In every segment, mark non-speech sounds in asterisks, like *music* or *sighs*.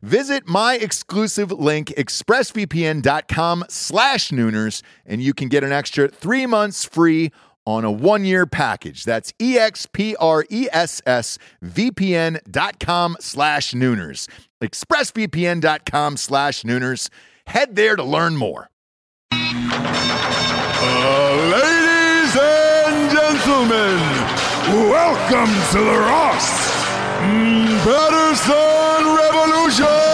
Visit my exclusive link, expressvpn.com slash nooners, and you can get an extra three months free on a one-year package. That's E expressvpn.com slash nooners. expressvpn.com slash nooners. Head there to learn more. Ladies and gentlemen, welcome to the Ross Patterson Revolution!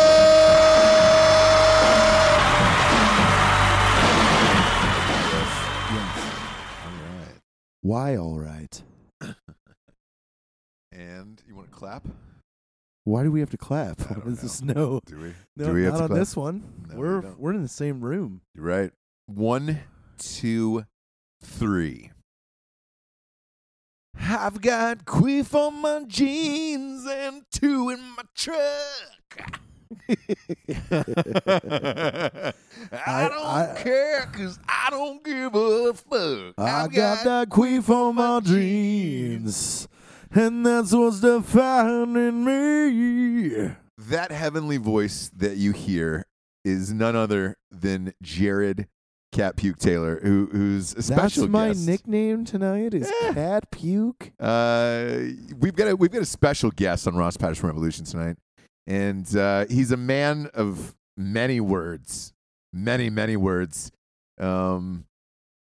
Why all right? And you want to clap? Why do we have to clap? *laughs* What don't is this? No, Do we? no, do we not have to on clap? this one. No, we we're don't. we're in the same room. You're right. One, two, three. I've got queef on my jeans and two in my *laughs* truck. I, don't I- care because I don't give a fuck. I I've got that queef on my jeans, and that's what's defining me. That heavenly voice that you hear is none other than Jared Cat Puke Taylor, who, who's a That's special my guest. Eh. nickname tonight. Is Yeah. Cat Puke? Uh, we've got a we've got a special guest on Ross Patterson Revolution tonight, and uh, he's a man of many words, many many words, um,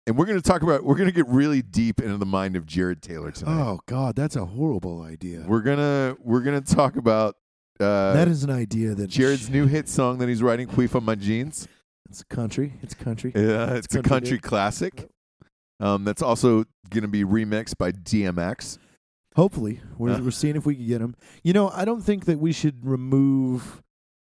and we're going to talk about we're going to get really deep into the mind of Jared Taylor tonight. Oh God, that's a horrible idea. We're gonna we're gonna talk about uh, that is an idea that Jared's new hit song that he's writing, "Queef on My *laughs* Jeans." It's country. It's country. Yeah, it's, a country, country dude. classic. Um, that's also gonna be remixed by DMX. Hopefully, we're, Uh. we're seeing if we can get him. You know, I don't think that we should remove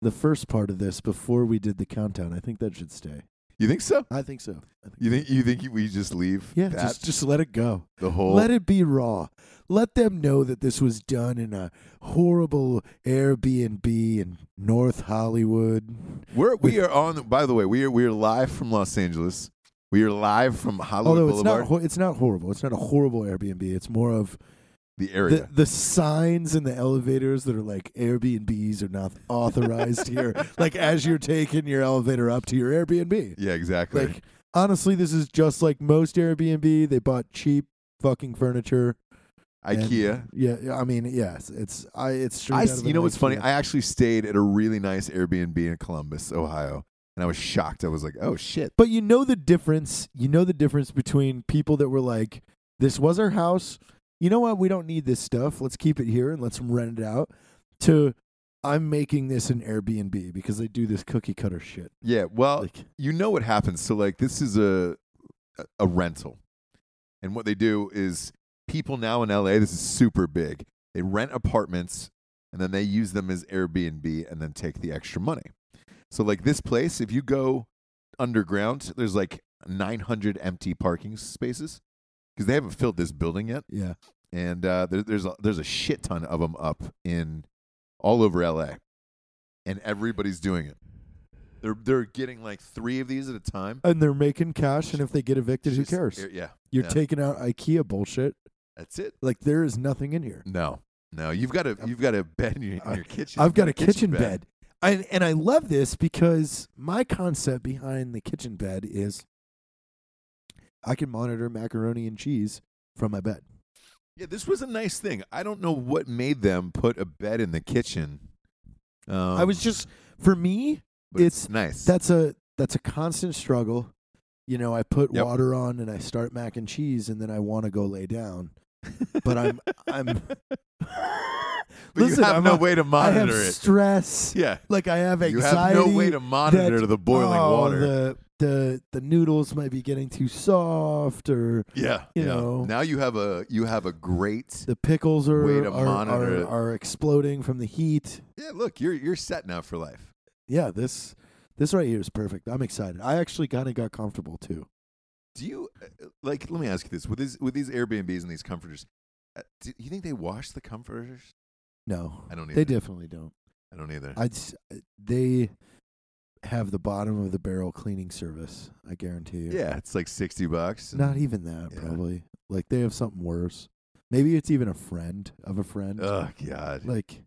the first part of this before we did the countdown. I think that should stay. You think so? I think so. I think You think you think we just leave? yeah, that, just just let it go. the whole. Let it be raw. Let them know that this was done in a horrible Airbnb in North Hollywood. We're we are on. By the way, we are we are live from Los Angeles. We are live from Hollywood Although it's Boulevard, not, hor- it's not horrible. It's not a horrible Airbnb. It's more of the the, area. the signs in the elevators that are like Airbnbs are not authorized *laughs* here. Like as you're taking your elevator up to your Airbnb. yeah, exactly. Like honestly, this is just like most Airbnb. They bought cheap fucking furniture. and- IKEA. yeah, I mean, yes, it's I. It's straight I, out s- of you an know what's funny? IKEA. I actually stayed at a really nice Airbnb in Columbus, Ohio, and I was shocked. I was like, "Oh shit!" But you know the difference. You know the difference between people that were like, "This was our house. You know what? We don't need this stuff. Let's keep it here and let's rent it out." To, I'm making this an Airbnb because they do this cookie cutter shit. Yeah. Well, Like, you know what happens. So like, this is a a- a rental, and what they do is people now in LA. This is super big. They rent apartments and then they use them as Airbnb and then take the extra money. So like this place, if you go underground, there's like 900 empty parking spaces because they haven't filled this building yet. yeah, and uh, there, there's a, there's a shit ton of them up in all over LA, and everybody's doing it. They're they're getting like three of these at a time. and they're making cash. And if they get evicted, who Just- cares? Yeah, You're yeah. taking out IKEA bullshit. that's it. Like there is nothing in here. No, no, you've got a you've got a bed in your, in your kitchen. I've got a kitchen bed. And and I love this because my concept behind the kitchen bed is I can monitor macaroni and cheese from my bed. Yeah, this was a nice thing. I don't know what made them put a bed in the kitchen. Um, I was just for me, but it's, it's- nice. that's a that's a constant struggle. You know, I put Yep. water on and I start mac and cheese and then I want to go lay down. But I'm I'm *laughs* but listen, you have I'm no a- way to I have monitor it. stress. Yeah, Like I have you anxiety. have no way to monitor the boiling oh, water. The, the the noodles might be getting too soft or Yeah, you yeah. know. Now you have a you have a great. the pickles are Way to are, monitor are, it. are exploding from the heat. Yeah, look, you're you're set now for life. Yeah, this this right here is perfect. I'm excited. I actually kind of got comfortable too. Do you uh, like? Let me ask you this: with these with these Airbnbs and these comforters, uh, do you think they wash the comforters? No, I don't either. they definitely don't. I don't either. I just, they have the bottom of the barrel cleaning service. I guarantee you. yeah, it's like sixty bucks. and- not even that Yeah. probably. Like they have something worse. Maybe it's even a friend of a friend. Oh God. like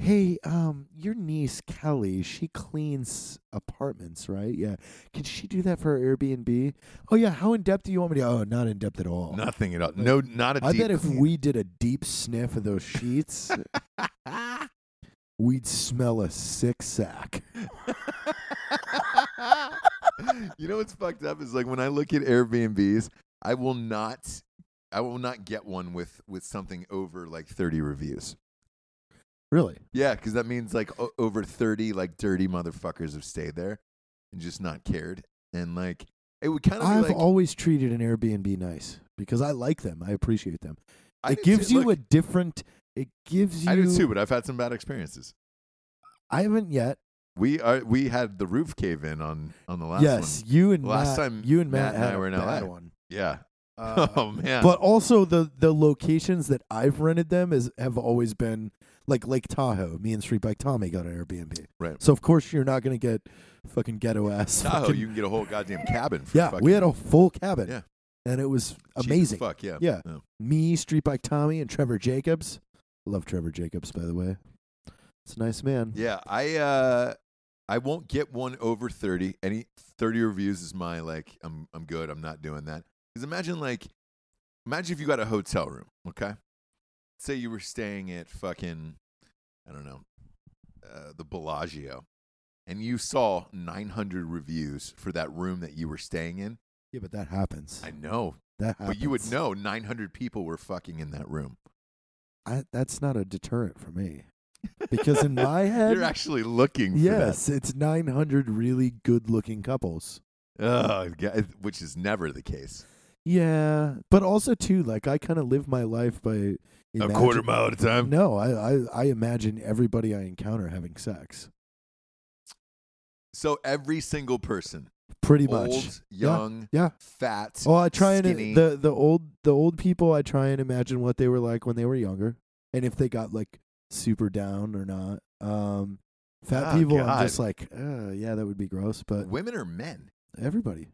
hey um your niece kelly she cleans apartments right yeah can she do that for her airbnb oh yeah how in-depth do you want me to oh not in-depth at all Nothing at all. No, not a i deep bet if clean. we did a deep sniff of those sheets we'd smell a sick sack *laughs* *laughs* you know what's fucked up is like when I look at Airbnbs, I will not, I will not get one with with something over like thirty reviews. really Yeah, because that means like o- over 30 like dirty motherfuckers have stayed there and just not cared. And like, it would kind of i've be like, always treated an airbnb nice because i like them i appreciate them I it do gives too- you look, a different it gives you I do too, but I've had some bad experiences. I haven't yet We are we had the roof cave in on on the last yes one. you and Last Matt- time you and Matt matt, and I had a were in bad LA. one *laughs* Yeah. Uh, oh man. but also the the locations that I've rented them is have always been like Lake Tahoe. Me and Street Bike Tommy got an Airbnb, Right. So of course you're not gonna get fucking ghetto ass. Tahoe, fucking- you can get a whole goddamn cabin for yeah, fucking we had a full cabin, Yeah. and it was cheap as amazing. Fuck yeah. Yeah. Me, Street Bike Tommy, and Trevor Jacobs. Love Trevor Jacobs, by the way. It's a nice man. Yeah, I uh I won't get one over 30. Any 30 reviews is my like I'm I'm good. I'm not doing that. Cuz imagine like imagine if you got a hotel room, okay? Say you were staying at fucking I don't know, uh the Bellagio and you saw 900 reviews for that room that you were staying in. Yeah, but that happens. I know, that happens. but you would know 900 people were fucking in that room. I, that's not a deterrent for me. because in my *laughs* head, You're actually looking for yes, it's 900 really good-looking couples. that. Ugh, yeah, which is never the case. Yeah, but also too, like I kind of live my life by imagine- mile at a time. No, I, I I imagine everybody I encounter having sex. So every single person, Pretty old, much. young, Yeah. fat. Oh, I try and skinny. the the old the old people. I try and imagine what they were like when they were younger, and if they got like super down or not. Um, fat Oh, people, God. I'm just like, uh, yeah, that would be gross. But women are men, everybody,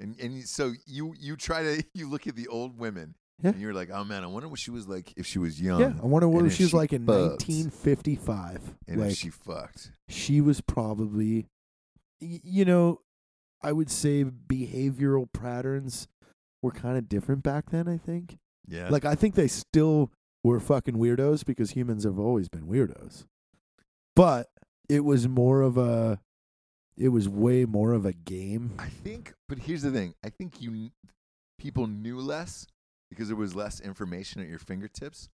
and and so you you try to *laughs* you look at the old women, Yeah. and you're like, oh man, I wonder what she was like if she was young, yeah, I wonder and what if she was she like in fucked. 1955. and like if she fucked. she was probably, y- you know, I would say behavioral patterns were kind of different back then. I think, Yeah, like, I think they still were fucking weirdos because humans have always been weirdos, but it was more of a, it was way more of a game. I think. But here's the thing: I think you kn- people knew less because there was less information at your fingertips.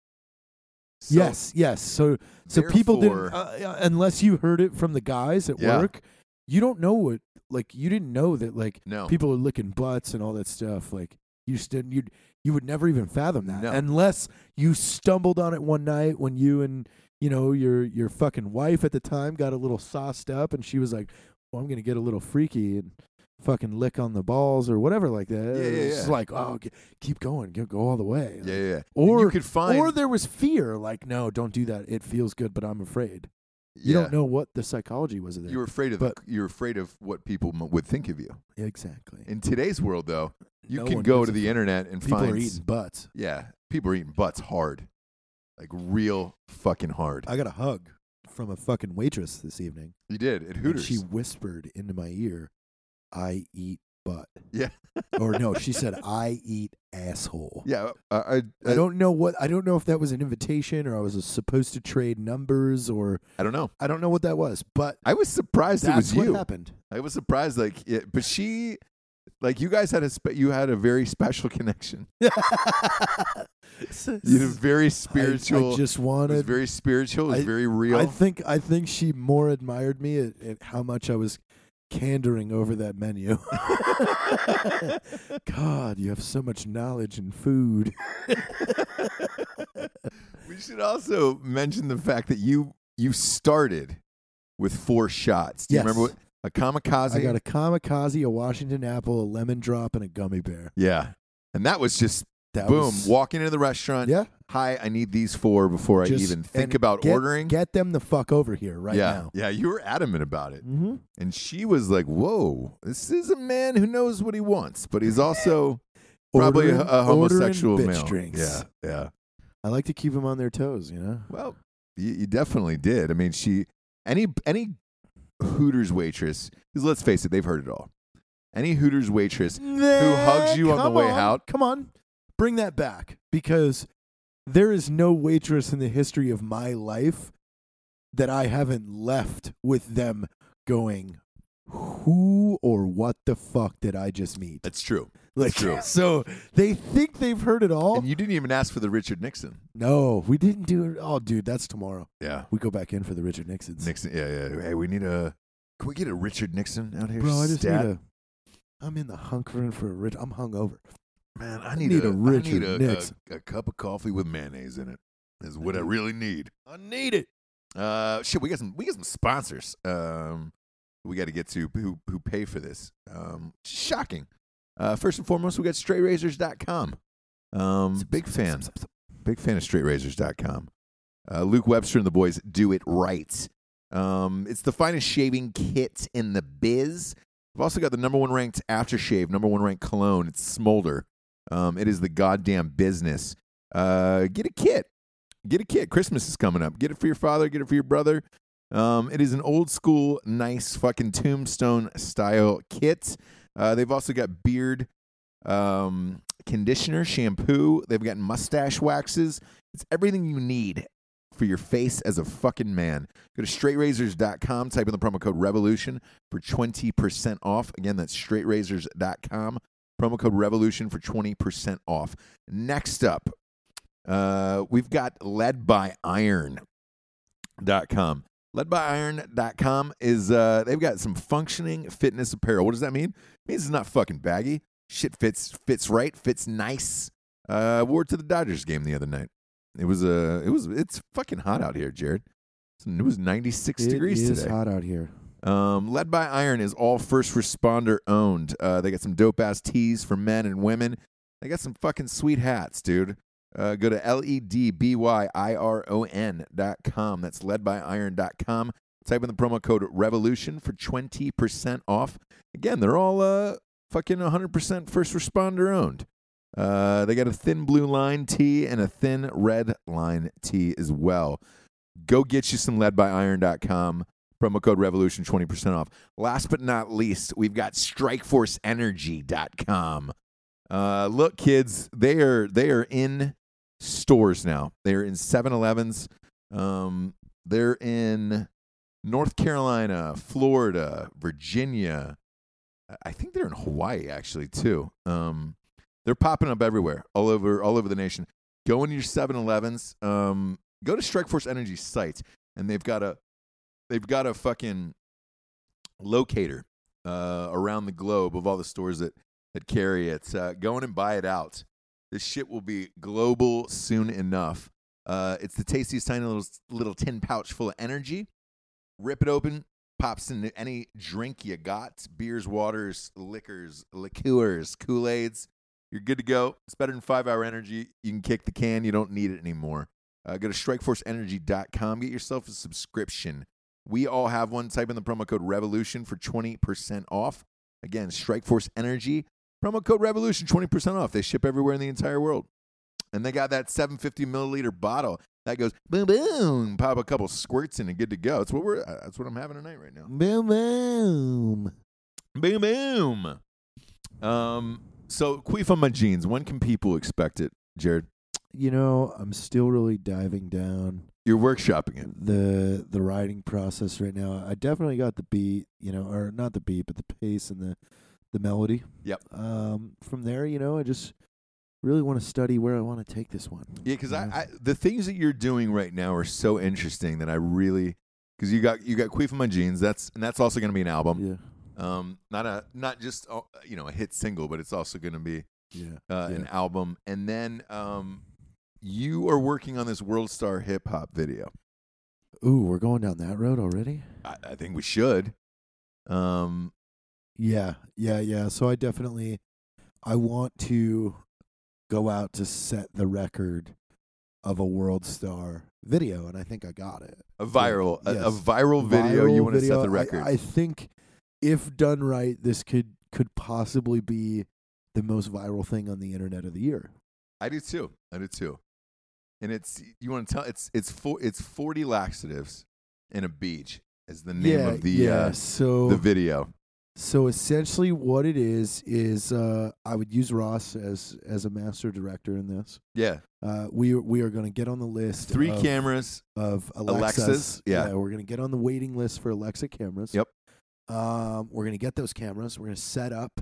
So yes, yes. So, so people didn't therefore- uh, unless you heard it from the guys at Yeah. work. You don't know what, like, you didn't know that, like. no people are licking butts and all that stuff. Like you stood, you you would never even fathom that No. unless you stumbled on it one night when you and you know your your fucking wife at the time got a little sauced up and she was like, "Well, I'm gonna get a little freaky and fucking lick on the balls or whatever like that." Yeah, yeah, it's yeah. just like, "Oh, g- keep going, go, go all the way." Yeah, yeah. yeah. And Or- you could find Or there was fear, like, "No, don't do that. It feels good, but I'm afraid." You yeah, don't know what the psychology was of it. you were afraid of the- but- you're afraid of what people m- would think of you. exactly. In today's world, though, you No can one go gives to a the internet and People find are eating butts. yeah, people are eating butts hard, like real fucking hard. I got a hug from a fucking waitress this evening. you did at and Hooters. She whispered into my ear, I eat butt. Yeah. or *laughs* no, she said, I eat asshole. yeah, uh, I, I, I, I don't know what I don't know if that was an invitation or I was supposed to trade numbers or I don't know. I don't know what that was, but I was surprised it that's was what you. happened. I was surprised, like, it, but she, like, you guys had a spe- you had a very special *laughs* connection. *laughs* You *laughs* had a very spiritual. I, I just it was wanted very spiritual. It was I- very real. I think I think she more admired me at, at how much I was candoring over that menu. *laughs* God, you have so much knowledge in food. we should also mention the fact that you you started with four shots. Do you Yes. remember what a kamikaze? I got a kamikaze, a Washington apple, a lemon drop, and a gummy bear. yeah, and that was just That boom. was- walking into the restaurant. yeah. Hi, I need these four before I just- even think and about get- ordering. Get them the fuck over here right yeah, now. yeah. You were adamant about it. Mm-hmm. And she was like, "Whoa, this is a man who knows what he wants, but he's also probably a, a homosexual bitch male." Drinks. Yeah, yeah. I like to keep them on their toes, you know. Well, you, you definitely did. I mean, she any any Hooters waitress, because let's face it, they've heard it all. Any Hooters Mm-hmm. waitress, who hugs you on the way out. Come on, bring that back because there is no waitress in the history of my life that I haven't left with them going, "Who or what the fuck did I just meet?" that's true. Like, true. *laughs* so they think they've heard it all. And you didn't even ask for the Richard Nixon. no, we didn't do it. Oh, dude, that's tomorrow. Yeah, We go back in for the Richard Nixons. Nixon. Yeah, yeah. Hey, we need a. Can we get a Richard Nixon out here? Bro, I just stat? need a. I'm in the hunkering for a rich. I'm hungover. man. I need, need a, a I Richard need a, Nixon. A, a cup of coffee with mayonnaise in it. Is what I really need. I need it. Uh, shit, we got some we got some sponsors. Um, we got to get to who who pay for this. Um, shocking. Uh, first and foremost, we got straightrazors.com. Um, big fan, big fan of straightrazors.com. Uh, Luke Webster and the boys do it right. Um, it's the finest shaving kit in the biz. We've also got the number one ranked aftershave, number one ranked cologne. It's Smolder. Um, it is the goddamn business. Uh, get a kit get a kit. Christmas is coming up. Get it for your father. Get it for your brother. Um, it is an old school, nice fucking tombstone style kit. Uh, they've also got beard um, conditioner, shampoo. They've got mustache waxes. It's everything you need for your face as a fucking man. Go to straightrazors.com, type in the promo code revolution for 20% off. Again, that's straightrazors.com, promo code revolution for 20% off. Next up, uh, we've got Led by Iron. iron.com. Ledbyiron.com is uh they've got some functioning fitness apparel. What does that mean? It means it's not fucking baggy. Shit fits fits right, fits nice. Uh wore it to the Dodgers game the other night. It was uh it was it's fucking hot out here, Jared. It was 96 It degrees is today. hot out here. Um, Led by Iron is all first responder owned. Uh, they got some dope ass tees for men and women. They got some fucking sweet hats, dude. Uh, go to L E D B Y I R O N dot com. That's ledbyiron.com. Type in the promo code REVOLUTION for 20% off. Again, they're all uh, fucking 100% first responder owned. Uh, they got a thin blue line tee and a thin red line tee as well. Go get you some ledbyiron.com. Promo code revolution 20% off. Last but not least, we've got strikeforceenergy.com. Uh, look, kids, they are they are in stores now. They are in 7-Elevens. Um, they're in North Carolina, Florida, Virginia. I- I think they're in Hawaii actually too. Um, they're popping up everywhere, all over all over the nation. Go into your 7-Elevens. Um, go to Strikeforce Energy site, and they've got a they've got a fucking locator uh, around the globe of all the stores that that carry it. Uh, go in and buy it out. This shit will be global soon enough. Uh, it's the tastiest tiny little little tin pouch full of energy. Rip it open, pops into any drink you got: beers, waters, liquors, liqueurs, Kool Aids. You're good to go. It's better than five hour energy. You can kick the can. You don't need it anymore. Uh, go to strikeforceenergy.com. Get yourself a subscription. We all have one. Type in the promo code REVOLUTION for 20% off. Again, Strikeforce Energy, promo code REVOLUTION, 20% off. They ship everywhere in the entire world. And they got that 750 milliliter bottle that goes boom, boom, pop a couple squirts in and good to go. That's what, we're, uh, that's what I'm having tonight right now. Boom, boom. Boom, boom. Um, so, Queef on my jeans, when can people expect it, Jared? You know, I'm still really diving down You're workshopping it. the the writing process right now. I definitely got the beat, you know, or not the beat, but the pace and the the melody. Yep. Um, from there, you know, I just really want to study where I want to take this one. Yeah, because Yeah. I, I the things that you're doing right now are so interesting that I really because you got you got Queef in My Jeans. That's and that's also going to be an album. Yeah. Um, not a not just uh, you know a hit single, but it's also going to be Yeah. uh, an Yeah. album. And then um, you are working on this World Star Hip Hop video. Ooh, we're going down that road already? I, I think we should. Um, Yeah, yeah, yeah. So I definitely I want to go out to set the record of a world star video and I think I got it. a viral a, a Yes. viral video. you Viral want to set video. the I- record? I, think if done right, this could could possibly be the most viral thing on the internet of the year. I do too. I do too. And it's you want to tell it's it's for, it's forty laxatives and a beach is the name yeah, of the yeah. uh, so the video. So essentially, what it is is uh, I would use Ross as as a master director in this. Yeah, Uh, we are- we are going to get on the list three of, cameras. of Alexas, Alexas. yeah. we're going to get on the waiting list for Alexa cameras. Yep. Um, we're going to get those cameras. We're going to set up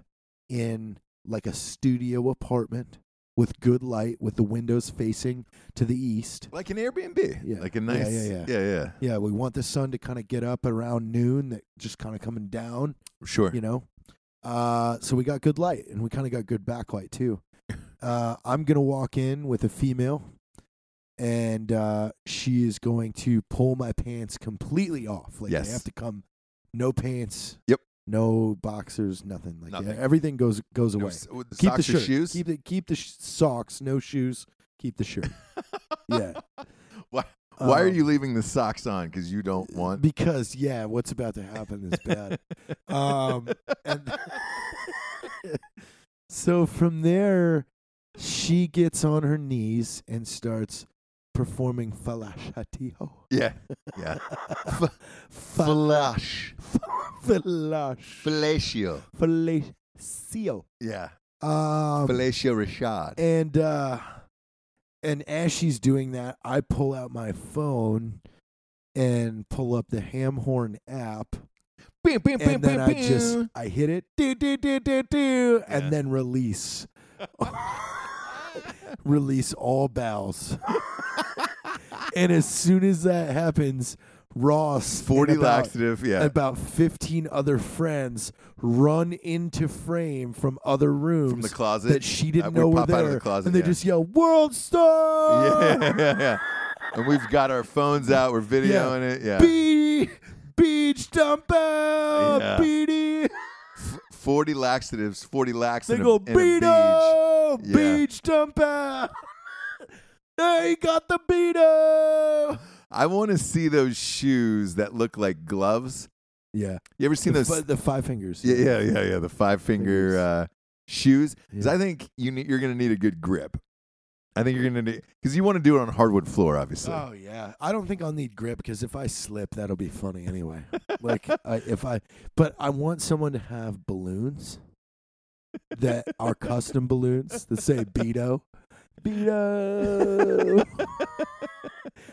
in like a studio apartment with good light, with the windows facing to the east. Like an Airbnb, Yeah. like a Yeah, nice, yeah, yeah. yeah. Yeah, we want the sun to kind of get up around noon, that just kind of coming down. sure. you know uh so we got good light and we kind of got good *laughs* backlight too uh i'm gonna walk in with a female and uh she is going to pull my pants completely off like Yes. they have to come no pants Yep. no boxers nothing like Nothing. everything goes goes No away s- with keep socks the or shirt shoes. keep the keep the sh- socks no shoes keep the *laughs* shirt yeah Why- Why are Um, you leaving the socks on? Because you don't want. because yeah what's about to happen is bad *laughs* um and so from there she gets on her knees and starts performing falashatiho *laughs* yeah, yeah. falash falash Felatio. falatio Yeah. um Felatio Rashad. and uh and as she's doing that i pull out my phone and pull up the ham horn app Bam, bam, bam, and then bam, I just bam. I hit it, do do do do do, Yeah. and then release, *laughs* release all bells, and as soon as that happens, Ross and 40 about- laxative. Yeah. About 15 other friends run into frame from other rooms From the closet. that she didn't Uh, know we were pop there, out of the closet. and they yeah. just yell "World Star!" *laughs* Yeah, yeah, yeah. And we've got our phones out. We're videoing it. Yeah. Be- beach dump out, Yeah. beady. 40 laxatives, 40 lax They in a- go in a beach. Beto, Yeah. beach dump out. *laughs* they got the Beto. I want to see those shoes that look like gloves. Yeah, You ever seen the, those? fi- the five fingers. yeah, yeah, yeah, yeah. The five Fingers. finger uh, shoes. Because Yeah. I think you need, you're going to need a good grip. I think you're going to need, because you want to do it on hardwood floor, obviously. Oh yeah, I don't think I'll need grip because if I slip, that'll be *laughs* funny anyway. like I, if I, but I want someone to have balloons that are custom balloons that say Beto, *laughs* Mm. *laughs* Beto.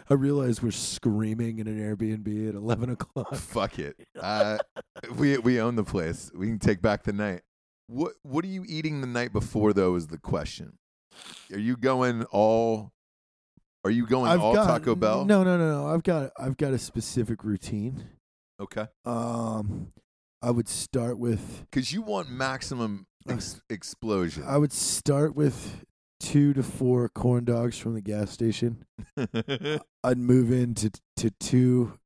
I realize we're screaming in an Airbnb at eleven o'clock. *laughs* Fuck it. Uh, we we own the place. We can take back the night. What what are you eating the night before though is the question. Are you going all are you going all Taco Bell? No, no, no, no. I've got I've got a specific routine. Okay. Um, I would start with. Cuz you want maximum *laughs* ex- explosion. I would start with two to four corn dogs from the gas station. I'd move into to two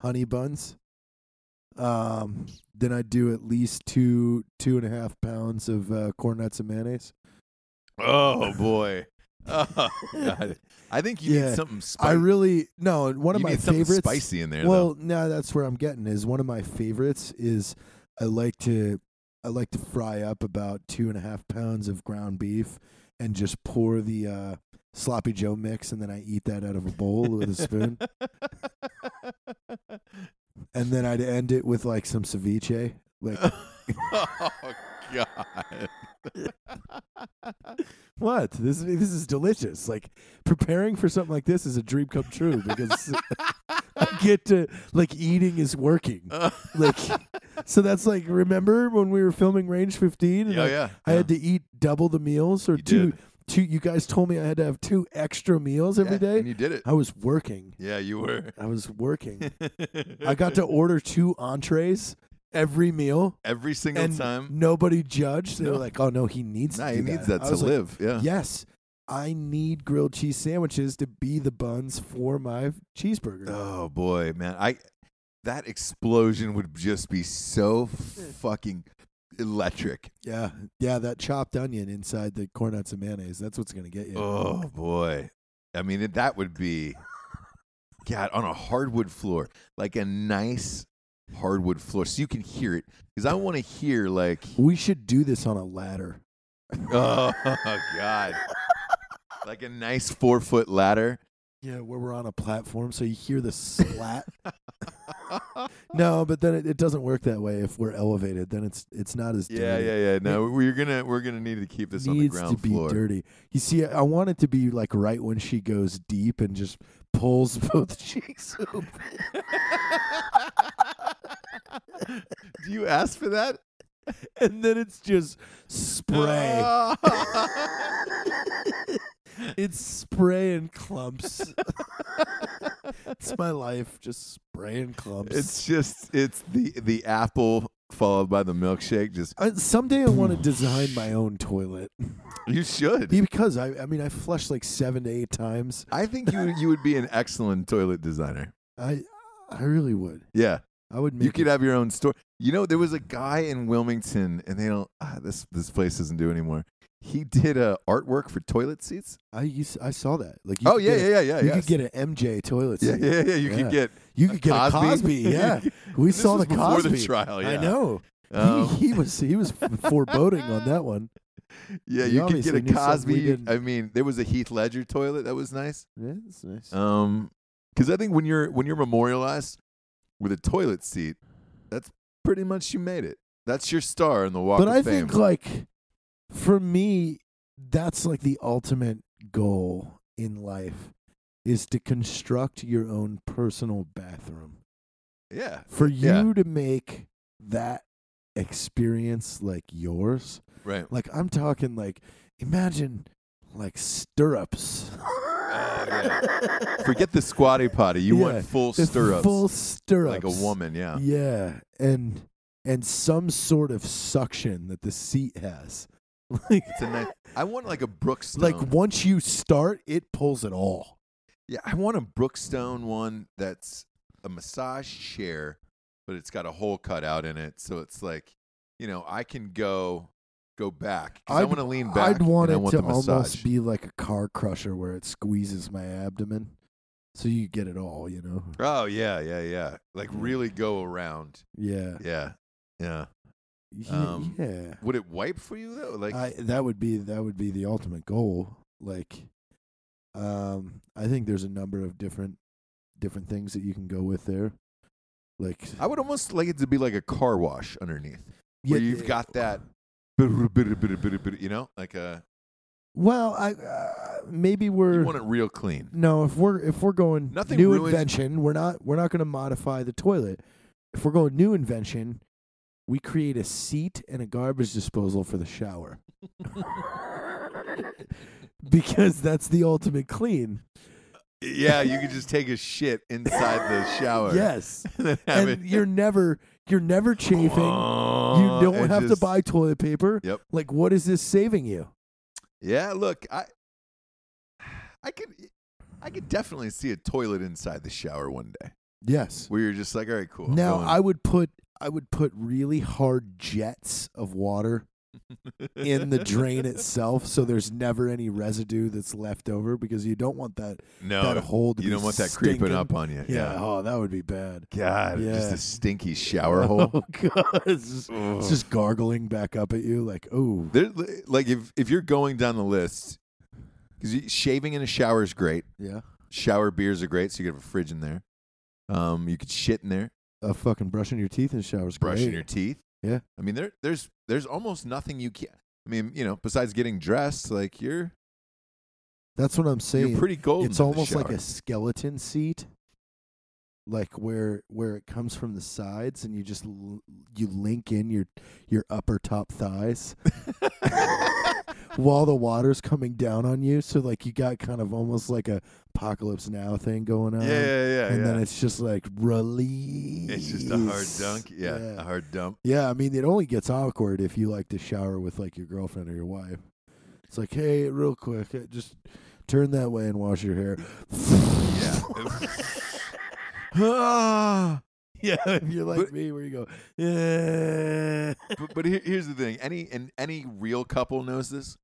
honey buns. Um, then I'd do at least two two and a half pounds of uh, corn nuts *laughs* and mayonnaise. *laughs* oh boy. Oh god. I think you Yeah. need something spicy. I really no. and One of you my need something favorites. spicy in there Well, no, that's where I'm getting is one of my favorites is I like to I like to fry up about two and a half pounds of ground beef and just pour the uh, sloppy Joe mix and then I eat that out of a bowl with a spoon *laughs* and then I'd end it with like some ceviche. Like though. *laughs* *laughs* oh god. what? This this is delicious. Like preparing for something like this is a dream come true because *laughs* I get to like eating *laughs* is working. Like so that's like remember when we were filming Range 15 and Yeah, like, yeah. I had to eat double the meals or You two did. two you guys told me I had to have two extra meals Yeah, every day. And you did it. I was working. Yeah, you were. I was *laughs* working. I got to order two entrees every meal. every single And time. nobody judged. They were No. like, "Oh no, he needs Nah, to he do needs that, that I to was like, live. yeah. Yes, I need grilled cheese sandwiches to be the buns for my cheeseburger. Oh boy, man! I that explosion would just be so fucking electric. Yeah, yeah, that chopped onion inside the corn nuts and mayonnaise—that's what's gonna get you. Oh boy! I mean, it- that would be God on a hardwood floor, like a nice hardwood floor, so you can hear it. Because I want to hear *laughs* like, We should do this on a ladder. oh God, like a nice four foot ladder. Yeah, where we're on a platform, so you hear *laughs* the splat. no, but then it, it doesn't work that way. If we're elevated, then it's it's not as Yeah, dirty. yeah, yeah. No, we're gonna we're gonna need to keep this on the needs ground to be floor. dirty. You see, I want it to be like right when she goes deep and just pulls *laughs* both cheeks open. Do you ask for that? and then it's just spray. it's spray *laughs* and clumps. it's my life, just spray and *laughs* clumps. it's just it's the the apple followed by the milkshake. Just I, someday I want to design my own toilet you should. because I, I mean, I flush like seven to eight times. I think you you would be an excellent toilet designer. I, I really would. Yeah, I would make. you could it- have your own store. You know, there was a guy in Wilmington, and they don't. Ah, this this place doesn't do anymore. He did uh, artwork for toilet seats. I used. I saw that. Like, you oh could yeah, get a- yeah, yeah, yeah. You yes. could get an MJ toilet yeah, seat. yeah, yeah. You Yeah. could get. You A could get a Cosby? Cosby. *laughs* Yeah, we This saw was the before Cosby the trial. Yeah. I know. Um, he, he was *laughs* he was foreboding on that one. Yeah, He you could get obviously a knew something we Cosby. didn't. I mean, there was a Heath Ledger toilet that was nice. Yeah, that's nice. Um, because I think when you're when you're memorialized with a toilet seat, that's pretty much you made it. That's your star in the walk but of I fame. think like for me, that's like the ultimate goal in life is to construct your own personal bathroom yeah, for you Yeah. to make that experience like yours. right. Like I'm talking like imagine like stirrups *laughs* Forget the squatty potty. You Yeah, want full the stirrups, Full stirrups. like a woman. Yeah. Yeah, and and some sort of suction that the seat has. *laughs* Like, It's a nice, I want like a Brookstone. like once you start, it pulls it all. yeah, I want a Brookstone one that's a massage chair, but it's got a hole cut out in it, so it's like, you know, I can go go back. 'cause I I'd- want to lean back. I'd want and it I want to the massage. almost be like a car crusher where it squeezes my abdomen, so you get it all. You know? Oh yeah, yeah, yeah. Like really go around. Yeah. Yeah, yeah. Ye- Um, yeah. Would it wipe for you though? Like I, that would be that would be the ultimate goal. Like, um, I think there's a number of different different things that you can go with there. Like, I would almost like it to be like a car wash underneath, yeah, where you've eh, got that. You know, like a Well, I uh, maybe we're you want it real clean. no. If we're if we're going Nothing new ruins- invention, we're not we're not going to modify the toilet. If we're going new invention, we create a seat and a garbage disposal for the shower. *laughs* because that's the ultimate clean. Yeah, you could just take a shit inside the *laughs* shower. Yes. *laughs* and then have and it- *laughs* you're never you're never chafing. You don't and have just- to buy toilet paper. Yep. Like what is this saving you? Yeah, look, I, I could, I could definitely see a toilet inside the shower one day, Yes. where you're just like, all right, cool. I'm Now going- I would put I would put really hard jets of water *laughs* in the drain itself so there's never any residue that's left over because you don't want that no, that hole to you be don't want that creeping stinking. up on you. Yeah, oh that would be bad. God, just Yeah. a stinky *laughs* shower hole. Oh god. It's just, it's just gargling back up at you like, "Oh, There, like if if you're going down the list, because shaving in a shower is great. yeah. Shower beers are great, so you could have a fridge in there. Um, you could shit in there, Uh, fucking brushing your teeth in the shower is brushing great. your teeth. Yeah. I mean there there's there's almost nothing you can. I mean, you know, besides getting dressed, like you're That's what I'm saying. you're pretty golden. it's in the almost like shower. a skeleton seat like where where it comes from the sides and you just l- you link in your your upper *laughs* top thighs while the water's coming down on you so like you got kind of almost like a apocalypse now thing going on yeah, yeah, yeah. and yeah. then it's just like *laughs* release It's just a hard dunk. Yeah, a yeah. hard *laughs* dump. Yeah, i mean it only gets awkward if you like to shower with like your girlfriend or your wife it's like hey real quick uh, just turn that way and wash your hair Yeah. *laughs* Ah. Yeah, *laughs* if you're like But- me, where you go, yeah. but, but here, here's the thing. Any and any real couple knows this.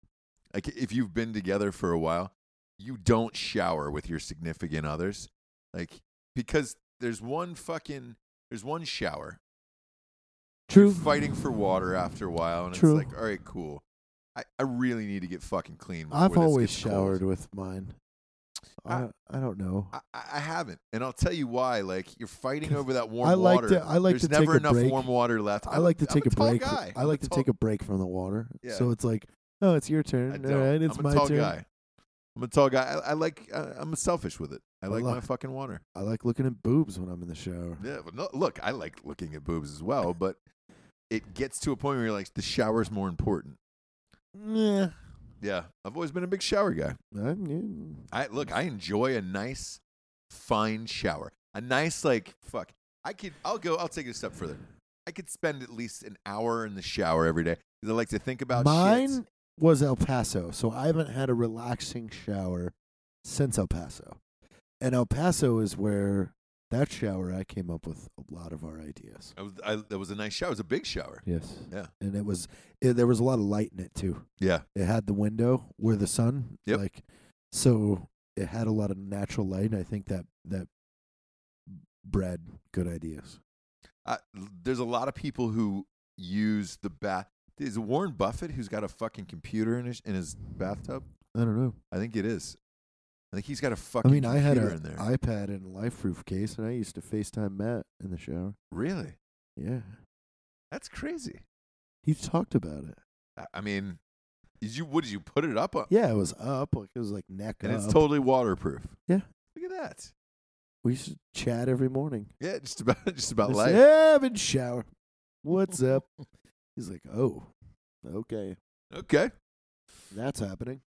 Like if you've been together for a while, you don't shower with your significant others. Like because there's one fucking there's one shower. True. Fighting for water after a while and True. it's like, all right, cool. I, I really need to get fucking clean. before I've this always gets cold." showered with mine. I, I don't know. I, I I haven't, and I'll tell you why. Like you're fighting over that warm I like water. to- I like There's to take never a enough break. warm water left. I like to I'm take a a tall break. Guy. I like to take a break from the water, Yeah. so it's like, oh, it's your turn. I All don't. right, it's I'm a my tall turn. guy. I'm a tall guy. I, I like. I, I'm selfish with it. I I like love my it. fucking water. I like looking at boobs when I'm in the shower. Yeah. But no, look, I like looking at boobs as well, but it gets to a point where you're like, the shower's more important. Yeah. Yeah. I've always been a big shower guy. I look. I enjoy a nice, fine shower. A nice like fuck. I could. I'll go. I'll take it a step further. I could spend at least an hour in the shower every day because I like to think about shit. Mine was El Paso, so I haven't had a relaxing shower since El Paso. And El Paso is where that shower I came up with a lot of our ideas. I was, I, that was a nice shower. It was a big shower. Yes. Yeah. And it was it, there was a lot of light in it too. Yeah. It had the window where the sun Yep. like so it had a lot of natural light and I think that that bred good ideas. I, there's a lot of people who use the bath. Is it Warren Buffett who's got a fucking computer in his in his bathtub? I don't know. I think it is. I think he's got a I fucking. mean, I had computer an in there. iPad and a life proof case and I used to FaceTime Matt in the shower. really? Yeah. That's crazy. He talked about it. I, I mean, did you? What did you put it up on? Yeah, it was up. Like it was like neck And up. it's totally waterproof. Um, Yeah. Look at that. we used to chat every morning. Yeah, just about *laughs* just about Just, life. "Yeah, I've been shower. What's up? *laughs* He's like, oh, okay, Okay. that's happening.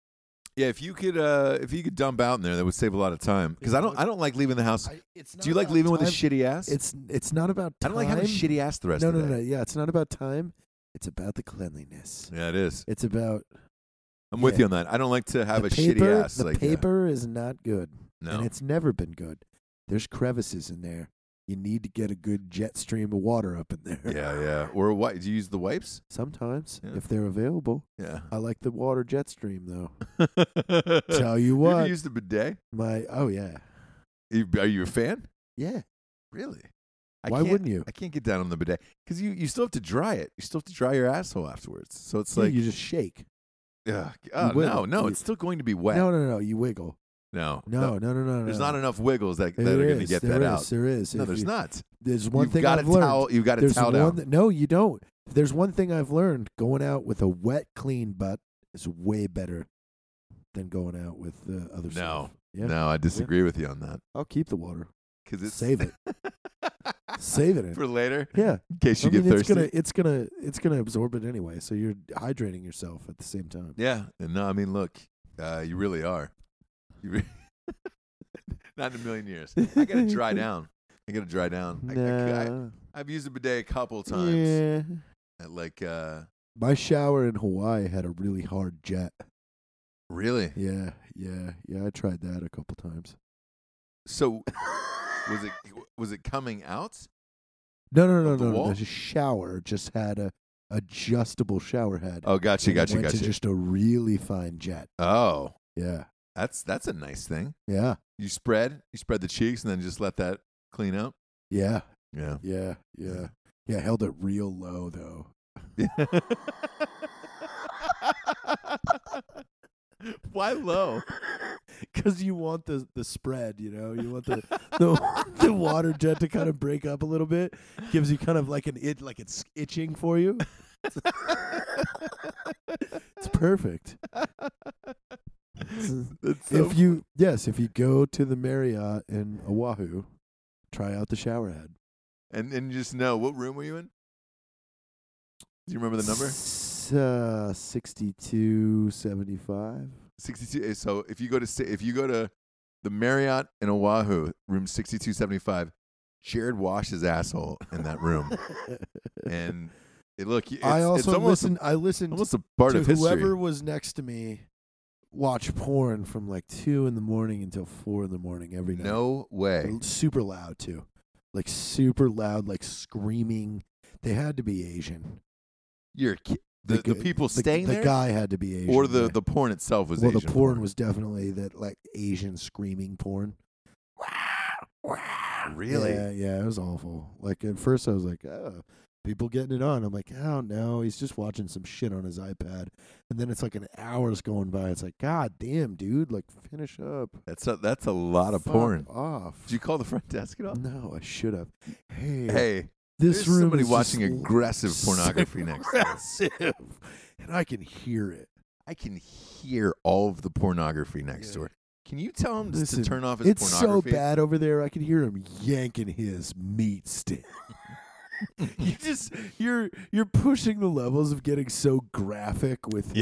Yeah, if you could, uh, if you could dump out in there, that would save a lot of time. Because I don't, I don't like leaving the house. I, it's Do you like leaving with a shitty ass? It's it's not about. I Time. don't like having a shitty ass the rest No, of no, the no, day. no. Yeah, it's not about time. It's about the cleanliness. Yeah, it is. It's about I'm with Yeah. you on that. I don't like to have the a paper. shitty ass. the like that. paper is not good, No. and it's never been good. There's crevices in there. You need to get a good jet stream of water up in there. *laughs* yeah, yeah. Or what? Do you use the wipes? Sometimes, Yeah. if they're available, Yeah. I like the water jet *laughs* stream though. you Tell you ever what, used a bidet? my oh yeah, You- Are you a fan? yeah. Really? I Why can't- wouldn't you? I can't get down on the bidet because you, you still have to dry it. You still have to dry your asshole afterwards. So it's Yeah, like, you just shake. ugh, oh, no, wiggle. no, You- it's still going to be wet. No, no, no. You wiggle. no, No, no, no, no. no There's no. not enough wiggles that, There that are going to is, get there that is, out. There is. No, If there's you- not. There's one you've thing got I've a learned. towel. You've got a there's towel one down. That, no, you don't. There's one thing I've learned. Going out with a wet, clean butt is way better than going out with the other stuff. Yeah. No, I disagree with you on that I'll keep the water. because it's Save it. Save it. *laughs* In. for later yeah. in case I you mean, get it's thirsty. gonna, it's gonna, it's gonna absorb it anyway. So you're hydrating yourself at the same time. Yeah, and no, I mean, look, uh, you really are. *laughs* You re- Not in a million years. I gotta dry *laughs* down. I gotta dry down. I, Nah. have used a bidet a couple times. Yeah. At, like, uh, My shower in Hawaii had a really hard jet. really? Yeah, yeah, yeah. I tried that a couple times. So, was *laughs* it was it coming out? No, no, no, Of the no, no. wall? The shower just had a adjustable shower head. Oh, gotcha, and it gotcha, went to gotcha. just a really fine jet. Oh, Yeah, that's that's a nice thing. yeah, You spread, you spread the cheeks, and then just let that clean up. yeah, Yeah. *laughs* yeah, yeah, yeah. Held it real low though. Why low? Because you want the the spread, you know, you want the the, *laughs* the water jet to kind of break up a little bit. Gives you kind of like an it, like it's itching for you. It's *laughs* perfect. That's so if you yes, if you go to the Marriott in Oahu, try out the shower head. And and you just know what room were you in? Do you remember the number? S- uh, sixty-two seventy-five. Sixty-two. eh, So if you go to si- if you go to the Marriott in Oahu, room sixty-two seventy-five, Jared washed his asshole in that room, and it, look, it's, I it's also almost listened. I a, listened almost a part to of whoever history. was next to me watch porn from like two in the morning until four in the morning every night. No way. L- super loud too, like super loud, like screaming. They had to be Asian. You're ki- the, the, gu- people staying the, there, guy had to be Asian, or the yeah. the porn itself was well, Asian the porn, was definitely that like Asian screaming porn. really. Yeah, yeah, it was awful. Like at first, I was like, oh, people getting it on. I'm like, oh no, he's just watching some shit on his iPad. And then it's like an hour's going by. It's like, god damn, dude, like finish up. That's a that's a lot of Fuck porn. off. Did you call the front desk at all? *laughs* no, I should have. Hey, Hey, this there's room somebody is watching just *laughs* aggressive so pornography next. door. aggressive, and I can hear it. I can hear all of the pornography next Yeah. door. Can you tell him just Listen, to turn off his It's so pornography? bad over there. I can hear him yanking his meat stick. *laughs* you just you're you're pushing the levels of getting so graphic with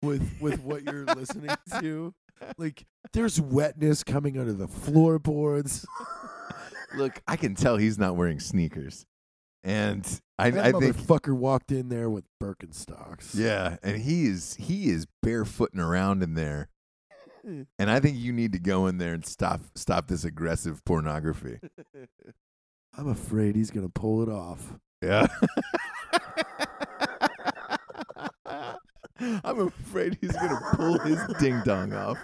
with with what you're listening to. Like there's wetness coming under the floorboards. Look, I can tell he's not wearing sneakers, and I, that I think motherfucker walked in there with Birkenstocks. yeah, and he is he is barefooting around in *laughs* there. And I think you need to go in there and stop stop this aggressive pornography. I'm afraid he's gonna pull *laughs* it off. Yeah. I'm afraid he's gonna pull his ding dong off.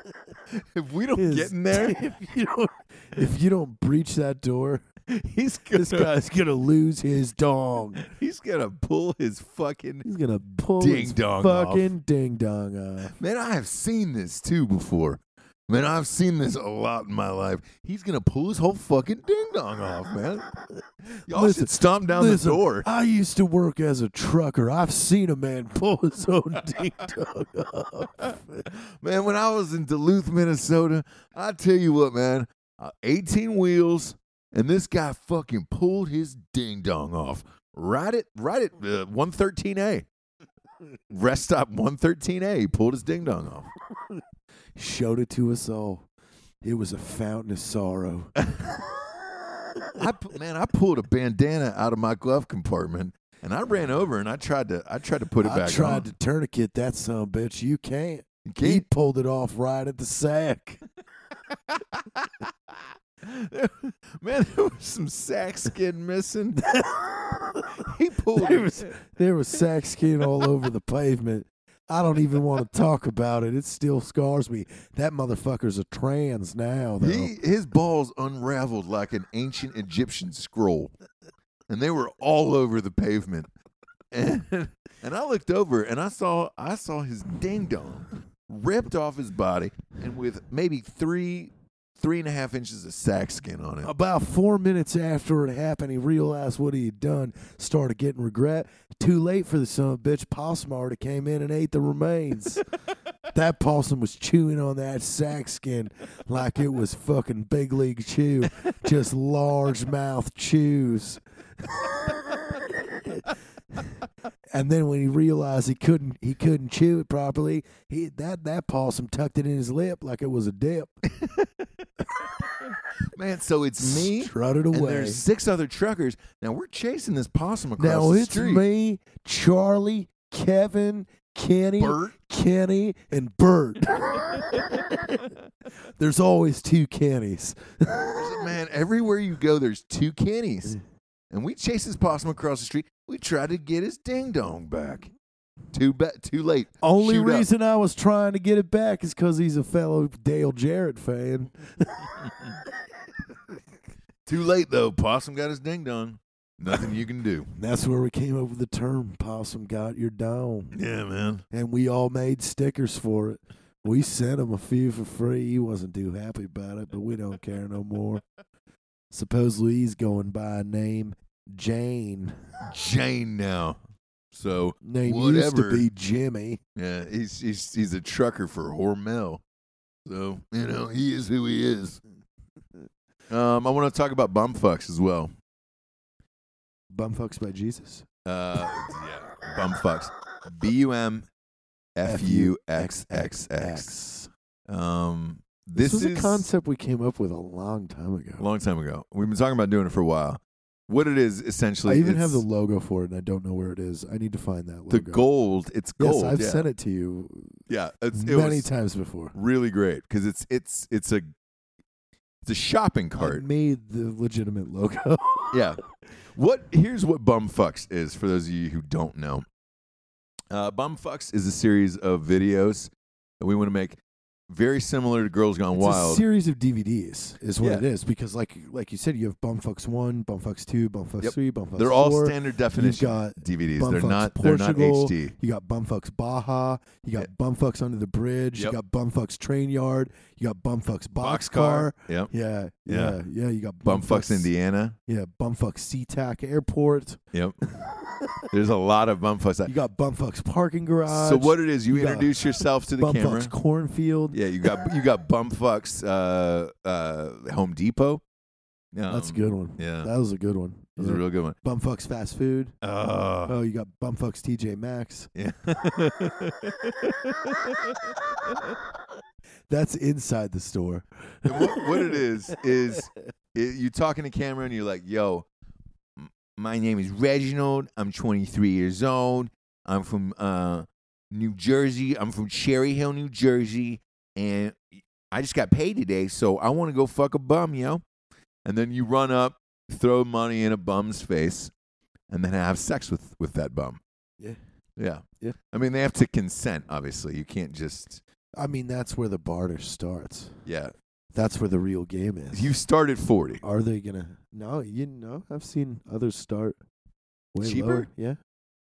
If we don't His- get in there, *laughs* if you don't if you don't breach that door, *laughs* he's gonna *laughs* this guy's gonna lose his dong. He's gonna pull his fucking He's gonna pull Ding his dong off. fucking ding dong off. man. I have seen this too before. Man, I've seen this a lot in my life. He's gonna pull his whole fucking ding dong off, man. Y'all Listen, should stomp down Listen, the door. I used to work as a trucker. I've seen a man *laughs* pull his own ding dong off. Man, when I was in Duluth, Minnesota, I tell you what, man, uh, 18 wheels, and this guy fucking pulled his ding dong off. Right at right at uh, 113A. Rest stop 113A. He pulled his ding dong off. showed it to us all. It was a fountain of sorrow. I pu- man, I pulled a bandana out of my glove compartment and I ran over and I tried to I tried to *laughs* put it I back tried on. to tourniquet that son, of a bitch. You can't. You He can't- pulled it off right at the sack. *laughs* man, there was some sack skin *laughs* missing. he pulled There it. was- There was sack skin all over the pavement. I don't even want to talk about it. It still scars me. That motherfucker's a trans now, though. He, his balls unraveled like an ancient Egyptian scroll, and they were all over the pavement. And, and I looked over and I saw I saw his ding dong ripped off his body, and with maybe three three and a half inches of sack skin on it. About four minutes after it happened, he realized what he had done, started getting regret. Too late for the son of a bitch. Possum already came in and ate the remains. that possum was chewing on that sack skin like it was fucking big league chew, just large mouth chews. *laughs* and then when he realized he couldn't he couldn't chew it properly, he that that possum tucked it in his lip like it was a dip. Man, so it's me strutted away. and there's six other truckers. Now we're chasing this possum across Now the it's street. me, Charlie, Kevin, Kenny, Bert. Kenny, and *laughs* Bert. There's always two Kennys. There's- Man, everywhere you go, there's two Kennys. Mm. And we chased this possum across the street. We tried to get his ding dong back. Too bad, too late. Only Shoot up. reason I was trying to get it back is because he's a fellow Dale Jarrett fan. Too late though. Possum got his ding dong. Nothing you can do. That's where we came up with the term "possum got your dome," Yeah, man. and we all made stickers for it. We sent him a few for free. He wasn't too happy about it, but we don't care no *laughs* more. Supposedly he's going by a name Jane. Jane now. So name Whatever. used to be Jimmy. yeah, he's he's he's a trucker for Hormel. So you know he is who he is. Um, I want to talk about bum fucks as well. Bumfucks by Jesus. Uh, yeah, bum fucks. B U M F U X X X. Um, this, This, was is a concept we came up with a long time ago. a long time ago. We've been talking about doing it for a while. What it is essentially, I even it's have the logo for it, and I don't know where it is. I need to find that logo. the gold. It's gold. Yes, I've yeah, sent it to you yeah. It's, it many was times before. really great because it's it's it's a it's a shopping I cart. made the legitimate logo. *laughs* yeah. What here's what Bumfucks is for those of you who don't know. Uh, Bumfucks is a series of videos that we want to make very similar to Girls Gone It's a Wild. series of DVDs, is what Yeah. it is. Because, like, like you said, you have Bumfucks one, Bumfucks two, Bumfucks Yep. three, Bumfucks They're all four. standard definition got DVDs. Bumfucks They're not they're Portugal, not HD. You got Bumfucks Baja. You got Yeah. Bumfucks Under the Bridge. Yep. You got Bumfucks Train Yard. You got Bumfucks Boxcar. Boxcar. Yep. Yeah, Yeah. yeah, yeah, You got Bumfucks Indiana. Yeah, Bumfucks SeaTac Airport. *laughs* Yep. There's a lot of bumfucks. You got Bumfucks Parking Garage. So what it is? You, You got introduce yourself to the Bumfucks camera. Cornfield. Yeah, you got you got bumfucks. Uh, uh, Home Depot. Yeah, That's a good one. Yeah, that That was a good one. was a Yeah. real good one. Bumfucks Fast Food. *laughs* Uh, Oh, you got Bumfucks TJ Maxx. yeah. That's inside the store. And what, what it is is it, you talking to camera and you're like, "Yo, m- my name is Reginald. I'm 23 years old. I'm from uh, New Jersey. I'm from Cherry Hill, New Jersey, and I just got paid today, so I want to go fuck a bum, yo." And then you run up, throw money in a bum's face, and then have sex with with that bum. Yeah. Yeah. Yeah. I mean, they have to consent. Obviously, you can't just. *laughs* I mean, that's where the barter starts. Yeah. That's where the real game is. You started 40. Are they gonna? No, you know, I've seen others start way Cheaper? lower. Yeah,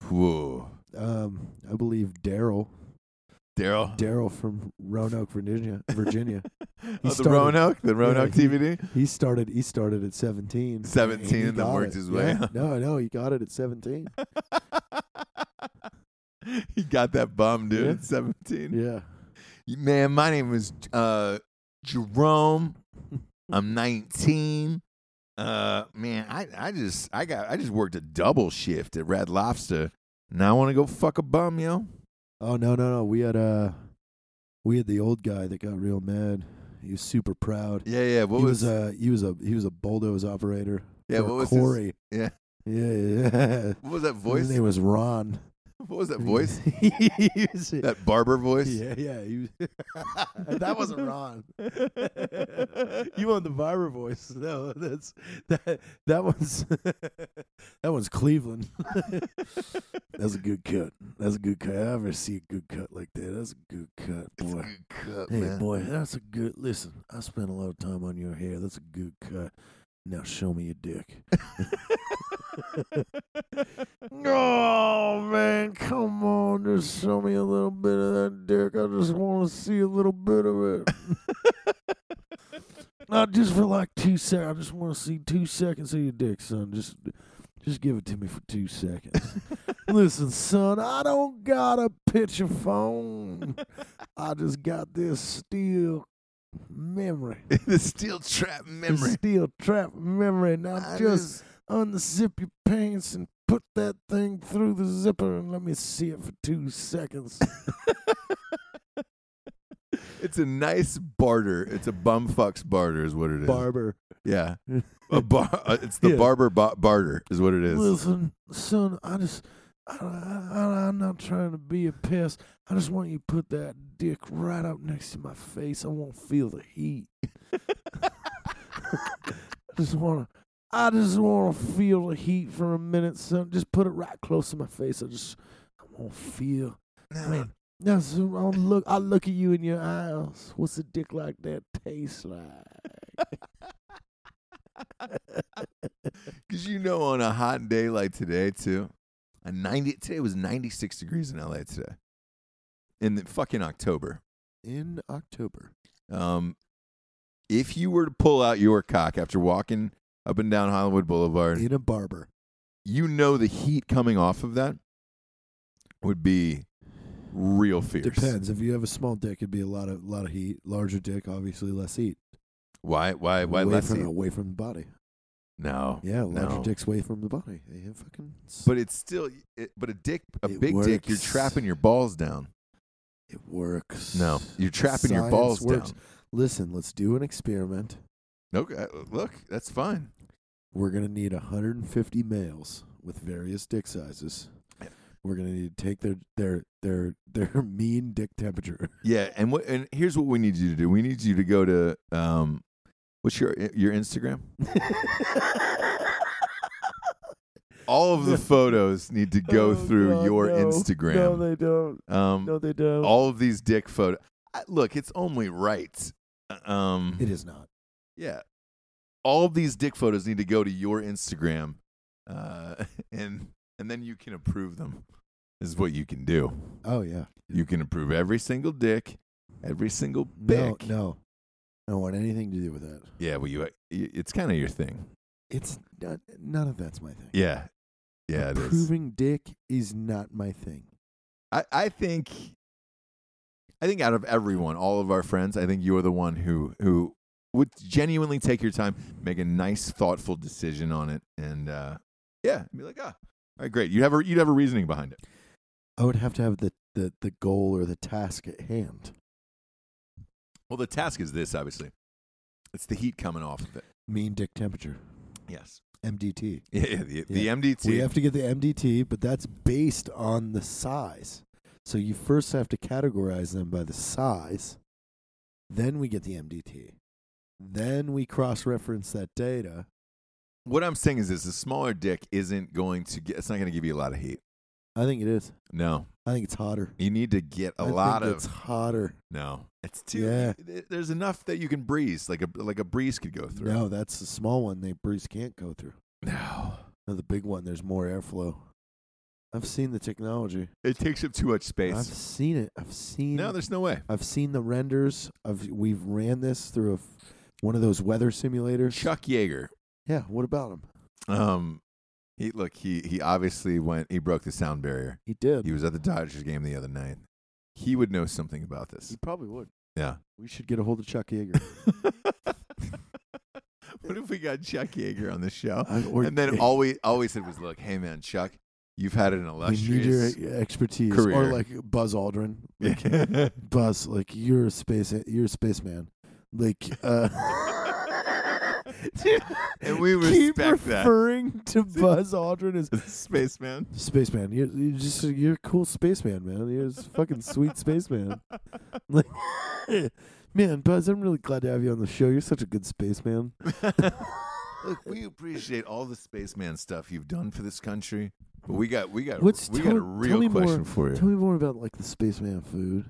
Whoa. um, I believe Daryl, Daryl. Daryl from Roanoke, Virginia, Virginia. Oh, the He started- Roanoke, the Roanoke he- TVD. he started. He started at seventeen. 17 he and then got worked it. his way Yeah. up. No, no, he got it *laughs* at seventeen. *laughs* he got that bum, dude. Yeah. At Seventeen, yeah, man. My name is uh, *laughs* Jerome. I'm 19. Uh, man, I, I just I got I just worked a double shift at Red Lobster. Now I want to go fuck a bum, yo. Oh no, no, no. We had uh we had the old guy that got real mad. He was super proud. Yeah, yeah. What he was, was, uh, a he was a he was a bulldoze operator. yeah? for What was his- Corey? yeah. yeah, yeah. *laughs* what was that voice? His name was Ron. *laughs* What was that *laughs* voice? He was- That barber voice. *laughs* yeah, yeah. He was, *laughs* that *laughs* wasn't Ron. you want the barber voice? No, that's that. That one's *laughs* that one's Cleveland. *laughs* that's a good cut. That's a good cut. I ever see a good cut like that. That's a good cut, boy. Good cut, Hey, man. boy, that's a good. Listen, I spent a lot of time on your hair. That's a good cut. Now show me your dick. oh man, come on, just show me a little bit of that dick. I just want to see a little bit of it. Not just for like two seconds. I just want to see two seconds of your dick, son. Just, just give it to me for two seconds. Listen, son, I don't got a picture phone. I just got this steel memory. *laughs* the steel trap This memory. steel trap memory. Now I just unzip your pants and put that thing through the zipper and let me see it for two seconds. just- it's a nice barter. It's a bum fucks barter, is what it is. Barber. *laughs* yeah, a bar. uh, It's the Yeah. barber ba- barter, is what it is. Listen, son, I just, I, I, I, I'm not trying to be a pest. I just want you to put that dick right up next to my face. I won't feel the *laughs* heat. I just want to, I just want to feel the heat for a minute, son. Just put it right close to my face. I just, I won't feel. I mean, that's, I look, I look at you in your eyes. What's a dick like that taste like? Because you know, on a hot day like today, too, a ninety today was ninety six degrees in LA today, in the fucking October. In October. Um, if you were to pull out your cock after walking up and down Hollywood Boulevard, In a barber. you know the heat coming off of that would be real fierce. Depends. If you have a small dick, it'd be a lot of lot of heat. Larger dick, obviously less heat. Why? Why? Why away less from, heat? away from the body. No. Yeah, larger No. dicks away from the body. They have fucking. But it's still. It, but a dick, a It big dick, you're works. trapping your balls down. it works. No, you're trapping your Science balls works. down. Listen, let's do an experiment. Okay, look, that's fine. We're gonna need 150 males with various dick sizes. We're gonna need to take their their their their *laughs* mean dick temperature. Yeah, and what? And here's what we need you to do. We need you to go to um, what's your your *laughs* Instagram? All of the photos need to Oh, go through your Instagram. they don't. um, they don't. all of these dick photo. I, look, it's only right. Uh, Um, it is not. yeah, all of these dick photos need to go to your Instagram, uh, *laughs* and and then you can approve them. Is what you can do. Oh yeah. You can approve every single dick, every single No, dick. no. I don't want anything to do with that. Yeah, well, you. y- It's kind of your thing. It's not, none of that's my thing. Yeah, yeah, it is. Approving dick is not my thing. I, I think, I think out of everyone, all of our friends, I think you're the one who who would genuinely take your time, make a nice, thoughtful decision on it, and uh, yeah, be like, ah, all right, great. You have a you'd have a reasoning behind it. I would have to have the, the, the goal or the task at hand. Well, the task is this, obviously. It's the heat coming off of it. Mean dick temperature. Yes. MDT. *laughs* Yeah, yeah, the, the Yeah. MDT. We have to get the MDT, but that's based on the size. So you first have to categorize them by the size. Then we get the MDT. Then we cross reference that data. what I'm saying is this: the smaller dick isn't going to get. It's not going to give you a lot of heat. I think it is. No, I think it's hotter. you need to get a I lot think of. it's hotter. No, it's too. e, Yeah. th- There's enough that you can breeze, like a like a breeze could go through. No, that's the small one they Breeze can't go through. no, No, the big one, there's more airflow. I've seen the technology. it takes up too much I've space. seen it. I've seen. No, there's no way. I've seen the renders. I've we've ran this through a f one of those weather simulators. Chuck Yeager. Yeah. What about him? Um, he look he he obviously went. He broke the sound barrier. He did. He was at the Dodgers game the other night. He would know something about *laughs* this. He probably would. Yeah. We should get a hold of *laughs* Chuck Yeager. what if we got Chuck Yeager on the show? I- or- and then all we always said was, "Look, hey man, Chuck, You've had an We need your e, illustrious expertise, or career. like Buzz Aldrin, like, Buzz, like you're a space, you're a spaceman, *laughs* like. uh *laughs* And we *laughs* keep respect that. referring to Buzz Aldrin as *laughs* Spaceman. spaceman. You're, you're just you're a cool spaceman, man. You're a fucking sweet spaceman. Like, *laughs* man, Buzz, I'm really glad to have you on the show. You're such a good spaceman. Look, we appreciate all the spaceman stuff you've done for this country. But we got we got What's we got tell, a tell me real more, question for you. Tell me more about like the spaceman food.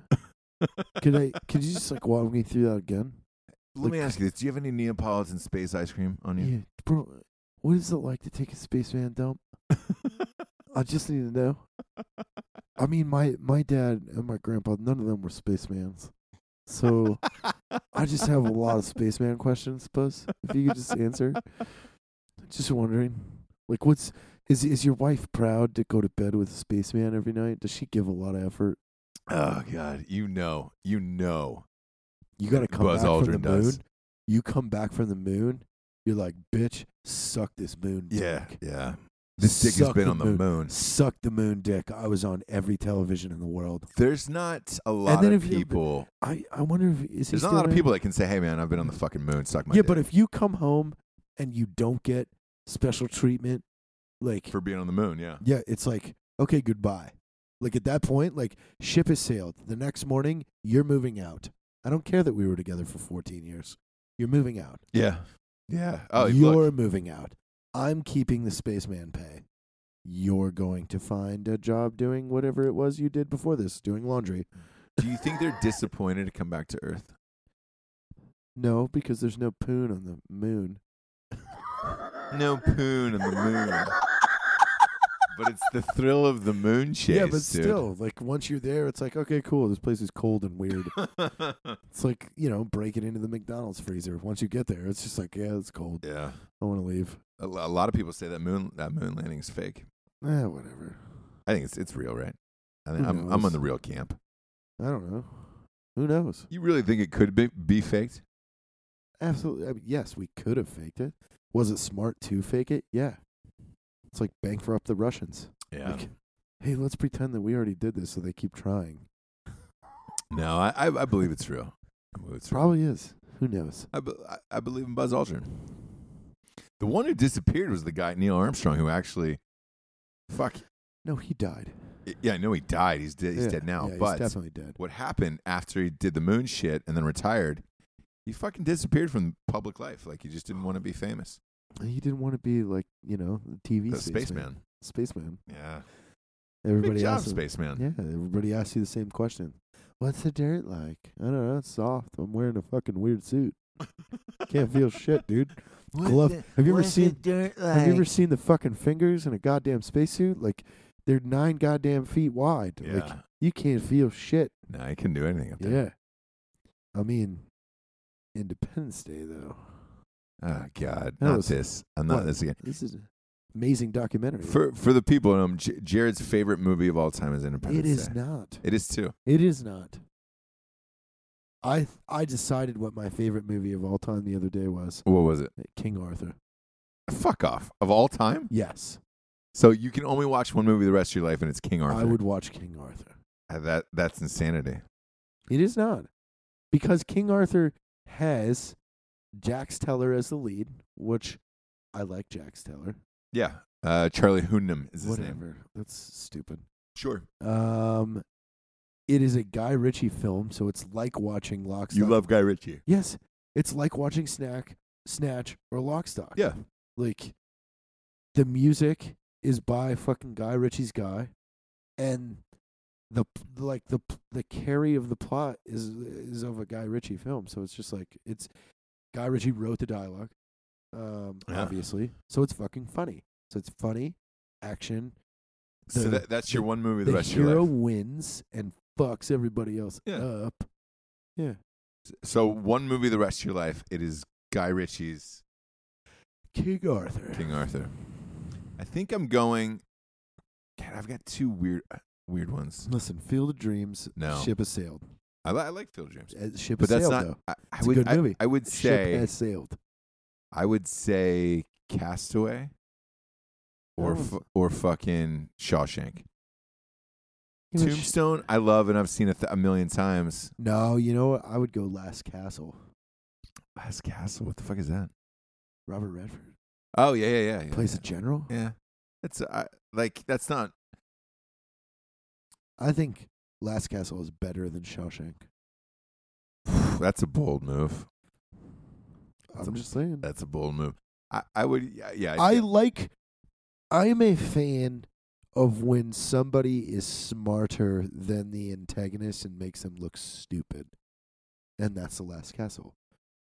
could I? Could you just like walk me through that again? Let me ask you this: Do you have any Neapolitan space ice cream on you? *laughs* Yeah, bro. What is it like to take a spaceman dump? I just need to know. I mean, my my dad and my grandpa, none of them were spacemans, so I just have a lot of spaceman questions. Buzz, if you could just answer. Just wondering, like, what's is is your wife proud to go to bed with a spaceman every night? Does she give a lot of effort? Oh God, you know, you know. You got to come Buzz back from the Aldrin does. moon. You come back from the moon. You're like, bitch, suck this moon. dick. yeah. This dick has Suck been on the moon. Suck the moon dick. I was on every television in the world. There's not a lot then of if you- people. I, I wonder if is There's he not a still lot of there? people that can say, "Hey, man, I've been on the fucking moon. Suck my yeah, dick but if you come home and you don't get special treatment, like for being on the moon." Yeah. yeah, it's like okay, goodbye. Like at that point, like ship has sailed. The next morning, you're moving out. I don't care that we were together for 14 years. You're moving out. Yeah. Yeah. Oh, you're look. moving out. I'm keeping the spaceman pay. You're going to find a job doing whatever it was you did before this, doing laundry. Do you think they're disappointed to come back to Earth? No, because there's no poon on the moon. No poon on the moon. But it's the thrill of the moon chase. *laughs* yeah, but dude. still, like once you're there, it's like okay, cool. This place is cold and weird. it's like you know, breaking into the McDonald's freezer. Once you get there, it's just like yeah, it's cold. yeah. I want to leave. A, lo- a lot of people say that moon that moon landing is fake. Eh, whatever. I think it's it's real, right? I think Who I'm I'm knows? on the real camp. I don't know. Who knows? You really think it could be be faked? Absolutely. I mean, yes, we could have faked it. Was it smart to fake it? Yeah. It's like bankrupt the Russians. Like, hey, let's pretend that we already did this, so they keep trying. No, I I, I believe it's real. I believe it's real. Probably is. Who knows? I, be, I, I believe in Buzz Aldrin. The one who disappeared was the guy Neil Armstrong who actually, fuck, No, he died. yeah, I know he died. He's dead. He's Yeah, dead now. yeah, he's but definitely dead. what happened after he did the moon shit and then retired, he fucking disappeared from public life. Like he just didn't want to be famous. He didn't want to be like you know the TV The spaceman. spaceman. Spaceman. Yeah. Everybody Big job, asks him- spaceman. Yeah, everybody asks you the same question. What's the dirt like? I don't know. It's soft. I'm wearing a fucking weird suit. Can't feel shit, *laughs* dude. Glove. have you ever seen? Have you ever seen the fucking fingers in a goddamn spacesuit? Like they're nine goddamn feet wide. Like Yeah. you can't feel shit. No, I can do anything up there. Yeah. I mean, Independence Day though. Oh God, That not was- this. I'm not What? this again. This is an amazing documentary. For for the people, at home, J- Jared's favorite movie of all time is it Independence is Day. not. It is too. It is not. I I decided what my favorite movie of all time the other day was What was it? King Arthur. Fuck off. Of all time. Yes, So you can only watch one movie the rest of your life, and it's King Arthur. I would watch King Arthur. Uh, That that's insanity. It is not because King Arthur has Jax Teller as the lead, which I like Jax Teller. Yeah. Uh, Charlie Hunnam is his name. Whatever, that's stupid. Sure. Um, it is a Guy Ritchie film, so it's like watching Lock. You Stock- love Guy Ritchie. Yes, it's like watching Snack, Snatch, or Lockstock. Yeah. like the music is by fucking Guy Ritchie's guy, and the p- like the p- the carry of the plot is is of a Guy Ritchie film. So it's just like it's Guy Ritchie wrote the dialogue, um, Yeah. obviously. So it's fucking funny. So it's funny action. so The- that, that's your the- one movie the, The, rest of your hero life. wins and fucks everybody else Yeah. up. Yeah, So one movie the rest of your life. It is Guy Ritchie's King Arthur. King Arthur. I think I'm going. God, I've got two weird uh, weird ones. Listen, Field of Dreams. No. ship has sailed. I, li- I like Phil James, Uh, Ship but has that's sailed not. though. I, I It's a would, good I- movie. I, would Ship say. has sailed. I would say Castaway. or That was- f- or fucking Shawshank. He was- Tombstone, I love and I've seen it th- a million times. No, you know what? I would go Last Castle. Last Castle, what the fuck is that? Robert Redford Oh yeah, yeah, yeah. yeah plays yeah. a general. Yeah, that's uh, I, like that's not. *sighs* I think Last Castle is better than Shawshank. That's a bold move. That's I'm a- just saying. That's a bold move. I, I would. Yeah, yeah I like. I'm a fan of when somebody is smarter than the antagonist and makes them look stupid, and that's the Last Castle.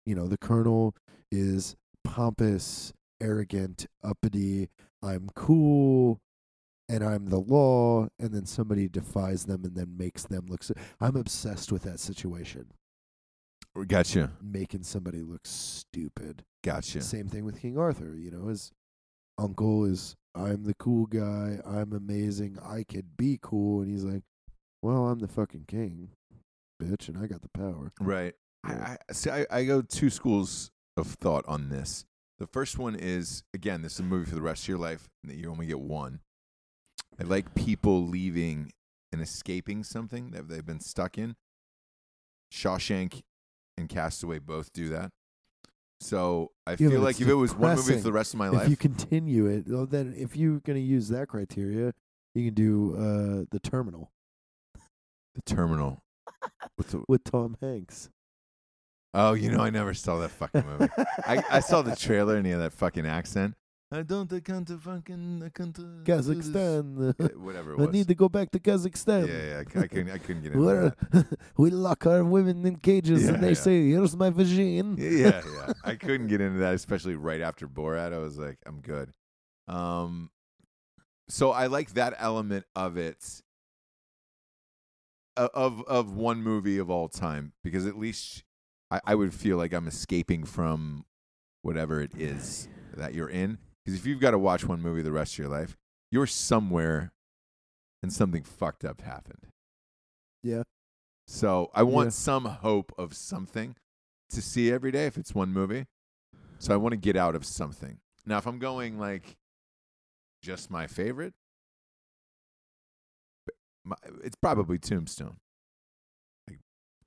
You know, the Colonel is pompous, arrogant, uppity. I'm cool, and I'm the law, and then somebody defies them and then makes them look. So- I'm obsessed with that situation, gotcha. making somebody look stupid. Gotcha. Same thing with King Arthur. You know, his uncle is, I'm the cool guy. I'm amazing. I could be cool. And he's like, well, I'm the fucking king, bitch, and I got the power. Right. I, I see. I, I go two schools of thought on this. The first one is again, this is a movie for the rest of your life and that you only get one. I like people leaving and escaping something that they've been stuck in. Shawshank and Castaway both do that. So I Yeah, but feel like it's if it was one movie for depressing the rest of my if life, you continue it, well, then if you're going to use that criteria, you can do uh, The Terminal The Terminal. With the, with Tom Hanks. oh, you know, I never saw that fucking movie. I, I saw *laughs* the trailer and he had that fucking accent. I don't come to fucking I come to Kazakhstan. *laughs* Yeah, whatever *laughs* it I was. need to go back to yeah, Kazakhstan. yeah, I, I couldn't, I couldn't get into Where *laughs* that. we lock our women in cages Yeah, and they yeah. say, "Here's my vagine." Yeah, yeah, I couldn't get into that, especially right after Borat. I was like, I'm good. Um, so I like that element of it, o- of of one movie of all time, because at least I, I would feel like I'm escaping from whatever it is that you're in. Because if you've got to watch one movie the rest of your life, you're somewhere, and something fucked up happened. Yeah. So I want Yeah. some hope of something to see every day if it's one movie. So I want to get out of something. Now, if I'm going like just my favorite, b- my, it's probably Tombstone. Like,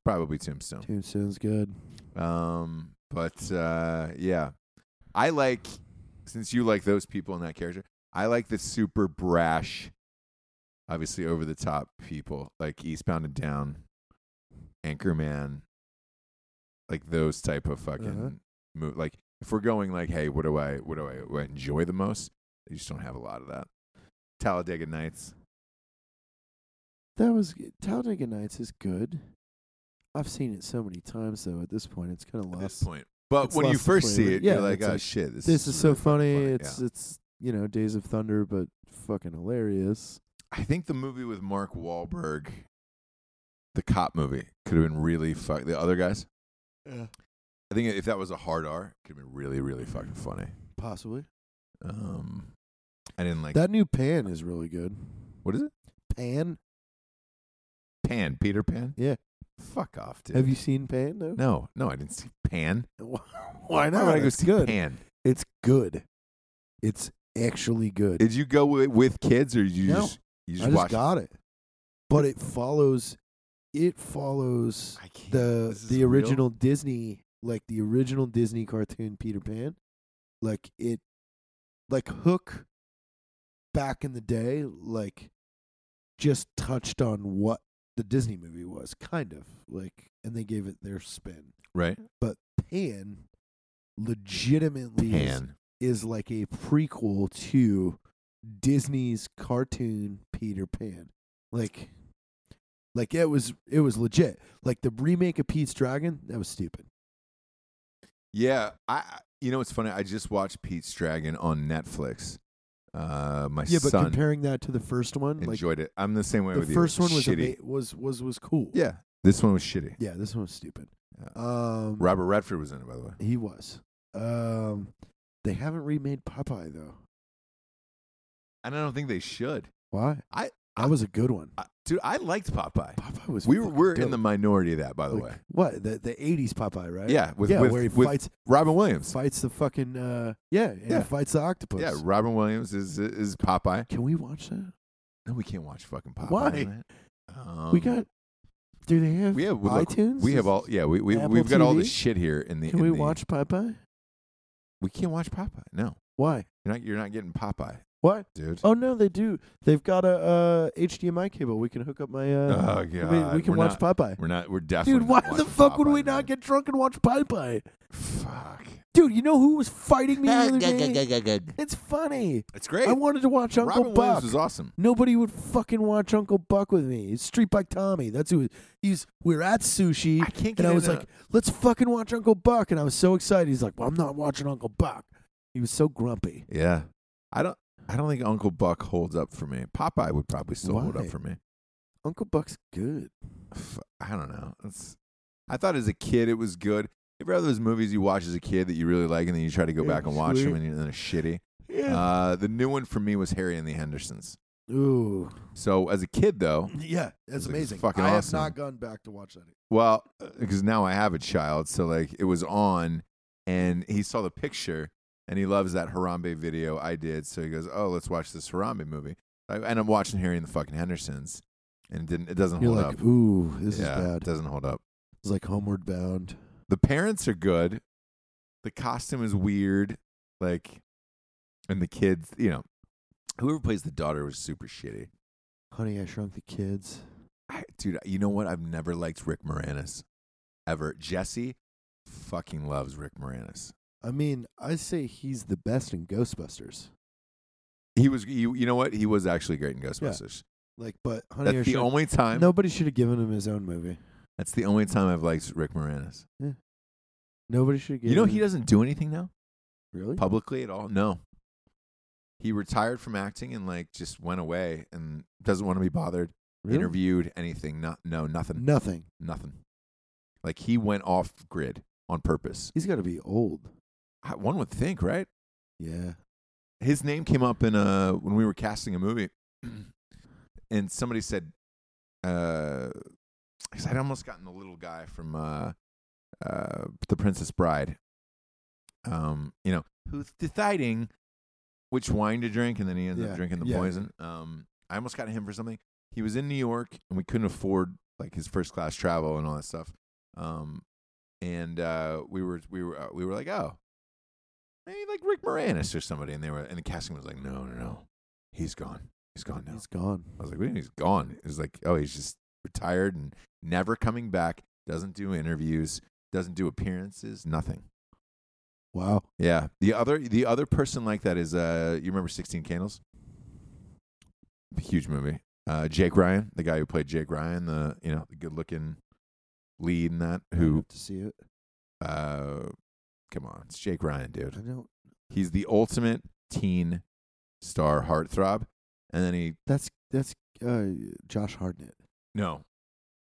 probably Tombstone. Tombstone's good. Um, but uh, yeah, I like since you like those people in that character. I like the super brash, obviously over the top people like Eastbound and Down, Anchorman, like those type of fucking Uh-huh. move. Like if we're going like, hey, what do I what do I, what I enjoy the most? They just don't have a lot of that. Talladega Nights. That was good. Talladega Nights is good. I've seen it so many times though. At this point, it's kind of At this lost. point. But It's when you lost the first see flavor. it, Yeah, you're like, it's oh like, shit, this, This is so really fucking funny. Yeah. It's it's you know Days of Thunder, but fucking hilarious. I think the movie with Mark Wahlberg, the cop movie, could have been really fuck. The other guys, Yeah. I think if that was a hard R, it could have been really, really fucking funny. Possibly. Um, I didn't like That new Pan is really good. What is it? Pan? Pan, Peter Pan. Yeah. Fuck off, dude. Have you seen Pan? No. No, no, I didn't see Pan. *laughs* Why Why would I go It's see good. Pan? It's good. It's actually good. Did you go with, with kids or you No. just you I just just watched? got it. But it follows. It follows I can't- the this is the real? original Disney, like the original Disney cartoon Peter Pan, like it, like Hook, back in the day, like just touched on what the Disney movie was, kind of like, and they gave it their spin. right? But Pan, legitimately, is- Pan. is like a prequel to Disney's cartoon Peter Pan. Like like it was it was legit. Like the remake of Pete's Dragon, that was stupid. Yeah, I. I- You know what's funny? I just watched Pete's Dragon on Netflix. Uh, my Yeah, but son comparing that to the first one, like enjoyed it. I'm the same way the with first you. one was, shitty. ama- Mm. was was was cool. Yeah, this one was shitty. Yeah, this one was stupid. Yeah. Um Robert Redford was in it, by the way. he was. Um they haven't remade Popeye though. And I don't think they should. Why? I- I- that was a good one. I, Dude, I liked Popeye. Popeye was. We were, fucking we're in the dope. minority of that, by the Like, way. What the the eighties Popeye, right? Yeah, with, yeah, with, where he with fights Robin Williams. fights the fucking uh, yeah, and Yeah. yeah, fights the octopus. Yeah, Robin Williams is is Popeye. Can we watch that? No, we can't watch fucking Popeye. Why? man. Um, we got. Do they have? we have look, iTunes. We have all yeah. We, we Apple we've got all TV? this shit here in the. Can in we the- watch Popeye? We can't watch Popeye. No, Why? you're not. You're not getting Popeye, Why? dude. Oh no, they do. They've got a uh, HDMI cable. We can hook up my. Uh, Oh, we- God. We, can We're watch Popeye. We're not. We're definitely. Dude, why not watching the fuck would Popeye, we not man. get drunk and watch Popeye? Fuck. Dude, you know who was fighting me the other day? It's funny. It's great. I wanted to watch Uncle Robin Buck. Williams is awesome. Nobody would fucking watch Uncle Buck with me. It's Street Bike Tommy. That's who he's. We're at sushi, I can't get. and I was into- like, "Let's fucking watch Uncle Buck," and I was so excited. He's like, "Well, I'm not watching Uncle Buck." He was so grumpy. yeah. I don't. I don't think Uncle Buck holds up for me. Popeye would probably still hold up Why? for me. Uncle Buck's good. F- I don't know. It's, I thought as a kid it was good. You ever have those movies you watch as a kid that you really like, and then you try to go back and watch them, Sweet. and you're- and they're shitty. Yeah. Uh, the new one for me was Harry and the Hendersons. Ooh. So as a kid, though, Yeah, that's It's amazing. fucking I have awesome. not gone back to watch that. well, because now I have a child, so like it was on, and he saw the picture, and he loves that Harambe video I did. So he goes, "Oh, let's watch this Harambe movie," I, and I'm watching Harry and the fucking Hendersons, and it didn't it doesn't You're hold like, up? ooh, this yeah, is it bad. doesn't hold up. It's like Homeward Bound. the parents are good the costume is weird like and the kids you know whoever plays the daughter was super shitty Honey, I Shrunk the Kids. I, dude you know what i've never liked rick moranis ever jesse fucking loves rick moranis I mean, I say he's the best in Ghostbusters. he was you, you know what he was actually great in ghostbusters Like, but Honey, I that's the Shrunk. only time Nobody should have given him his own movie. that's the only time i've liked rick moranis Nobody should have given. you know him he doesn't do anything now really. publicly at all no he retired from acting and like just went away and doesn't want to be bothered Really? interviewed anything not no nothing Nothing. nothing like he went off grid on purpose He's got to be old. I- one would think right Yeah. his name came up in uh when we were casting a movie *clears throat* and somebody said uh 'cause i'd almost gotten the little guy from uh uh the princess bride um you know who's deciding which wine to drink and then he ends up Yeah, drinking the yeah. poison um i almost got him for something he was in new york and we couldn't afford like his first class travel and all that stuff um and uh we were we were uh, we were like oh maybe like rick moranis or somebody and they were and the casting was like no no no he's gone he's gone now He's gone. I was like, what do you mean he's gone? It was like, oh, he's just retired and never coming back, doesn't do interviews, doesn't do appearances, nothing. Wow. Yeah. The other the other person like that is uh you remember Sixteen Candles? Huge movie. Uh Jake Ryan, the guy who played Jake Ryan, the you know, the good looking lead in that, I who have to see it? uh come on, it's Jake Ryan, dude. I don't. He's the ultimate teen star heartthrob. And then he That's that's uh, Josh Hartnett. No,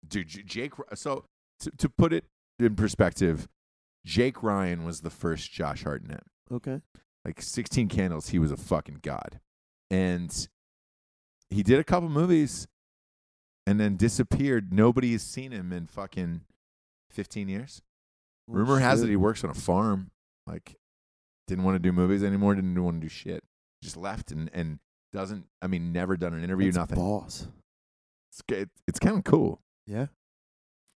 dude, J- Jake. So to to put it in perspective, Jake Ryan was the first Josh Hartnett. Okay. Like sixteen candles, he was a fucking god, and he did a couple movies, and then disappeared. Nobody has seen him in fucking fifteen years. Rumor has it he works on a farm. Like, didn't want to do movies anymore. Didn't want to do shit. Just left and and doesn't. I mean, never done an interview. That's nothing. Boss. It's, it, it's kind of cool. Yeah.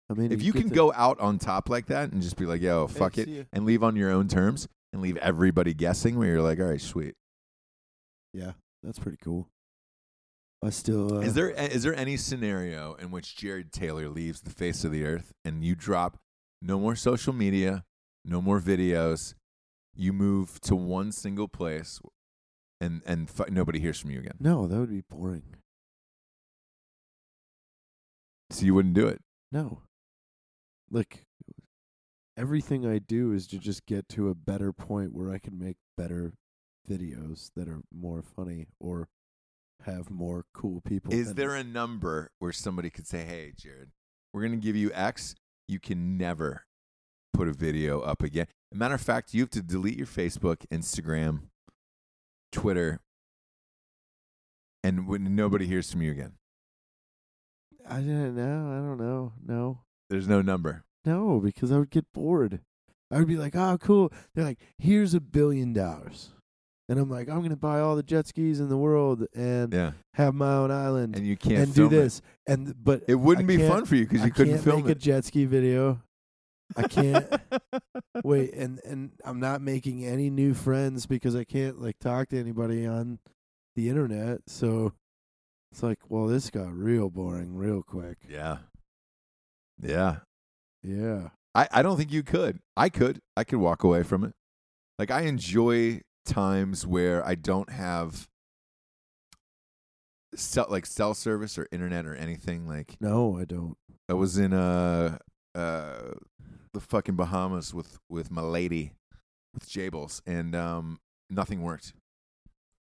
I mean, if you you get can the- go out on top like that and just be like, yo, fuck Hey, it, see ya. and leave on your own terms and leave everybody guessing, where you're like, all right, sweet. Yeah, that's pretty cool. I still. Uh, Is there is there any scenario in which Jared Taylor leaves the face of the earth and you drop no more social media, no more videos, you move to one single place, and and fu- nobody hears from you again? No, that would be boring. So you wouldn't do it. No. Like everything I do is to just get to a better point where I can make better videos that are more funny or have more cool people. Is there a number where somebody could say, "Hey, Jared, we're going to give you X. You can never put a video up again." matter of fact, you have to delete your Facebook, Instagram, Twitter, and when nobody hears from you again. I don't know. I don't know. No. There's no number. No, because I would get bored. I would be like, oh, cool. They're like, here's a billion dollars. And I'm like, I'm going to buy all the jet skis in the world and Yeah, have my own island and and, you can't film do it. this. And But It wouldn't I be can't- fun for you because I you couldn't can't film make a it. jet ski video. *laughs* I can't. Wait, and, and I'm not making any new friends because I can't like talk to anybody on the internet. So it's like, well, this got real boring real quick. Yeah, yeah. Yeah. I, I don't think you could. I could. I could walk away from it. Like I enjoy times where I don't have cell like cell service or internet or anything. Like No, I don't. I was in uh uh the fucking Bahamas with with my lady with Jables and um nothing worked.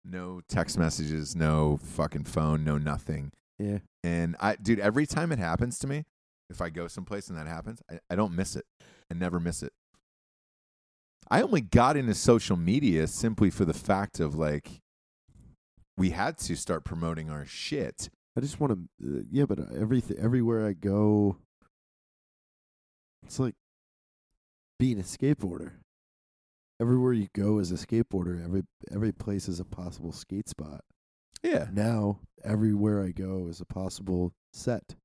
No text messages, no fucking phone, no nothing. Yeah. And I dude, every time it happens to me, if I go someplace and that happens, I, I don't miss it. I never miss it. I only got into social media simply for the fact of like we had to start promoting our shit. I just want to, uh, yeah, but everything, everywhere I go, it's like being a skateboarder. Everywhere you go as a skateboarder, every every place is a possible skate spot. Yeah. Now, everywhere I go is a possible set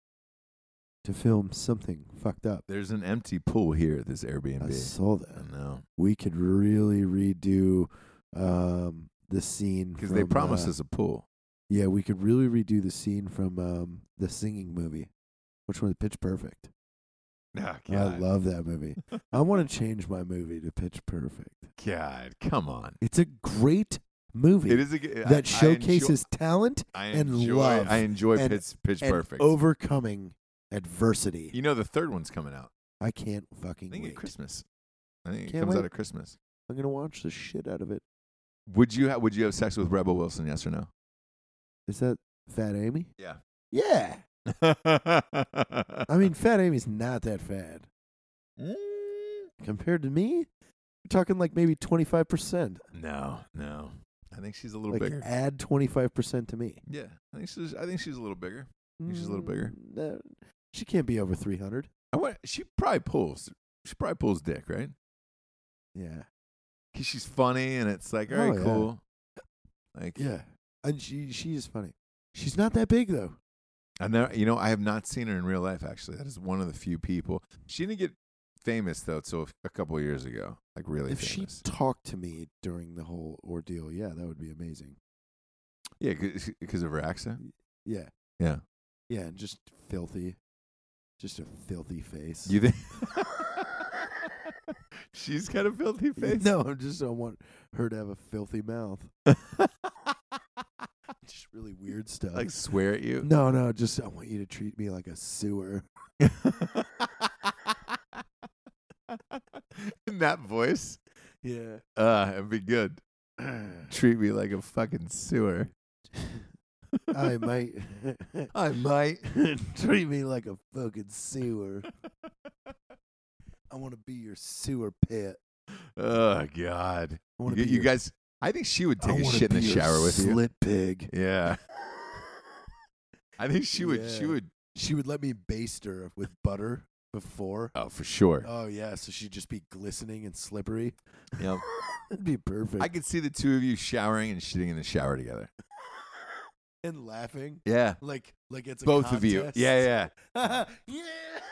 to film something fucked up. There's an empty pool here at this I Airbnb. saw I that. know. We could really redo um, the scene Because they from, promised uh, us a pool. Yeah, we could really redo the scene from um, the singing movie, which was Pitch Perfect. Oh, I love *laughs* that movie. I want to change my movie to Pitch Perfect. God, come on. It's a great movie It is a g- I- that I enjoy- showcases talent I and enjoy, love I enjoy and- Pitch, pitch and Perfect. overcoming adversity. you know the third one's coming out. I can't I fucking think at wait. Christmas. I think it Can't comes out wait. at Christmas. I'm gonna watch the shit out of it. Would you ha- would you have sex with Rebel Wilson? Yes or no? Is that Fat Amy? *laughs* Yeah. Yeah. I mean, mm, Fat Amy's not that fat compared to me. You're talking like maybe twenty five percent. no, no. I think she's a little Like bigger. add twenty five percent to me. Yeah, I think she's. I think she's a little bigger. think she's a little bigger. Mm, no, she can't be over three hundred. I want. She probably pulls. She probably pulls dick, right? Yeah. 'Cause she's funny, and it's like, all right, Oh, yeah. cool. Like, Yeah, and she she is funny. She's not that big though. I never, you know, I have not seen her in real life. Actually, that is one of the few people. She didn't get famous though till a couple years ago, like really if famous. she talked to me during the whole ordeal, yeah, that would be amazing. yeah, *laughs* because of her accent. Yeah, Yeah, yeah, and just filthy, just a filthy face. *laughs* you think *laughs* she's got a filthy face? no, I just don't want her to have a filthy *laughs* mouth. just really weird stuff. like swear at you. no, no, just I want you to treat me like a sewer. *laughs* in that voice, *clears throat* Yeah. uh, it'd be good. Treat me like a fucking sewer. I *laughs* might I might. *laughs* treat me like a fucking sewer. I want to be your sewer pit. *laughs* Oh God. I want to You, be you your guys, I think she would I take a wanna shit in the be your shower with you. Slit pig. *laughs* Yeah. I think she would. She Yeah. would. She would let me baste her with butter before. Oh, for sure. Oh yeah, so she'd just be glistening and slippery. Yep. That'd be perfect. I could see the two of you showering and shitting in the shower together. and laughing Yeah. like like it's a Both of you. contest. Yeah, *laughs* yeah. yeah,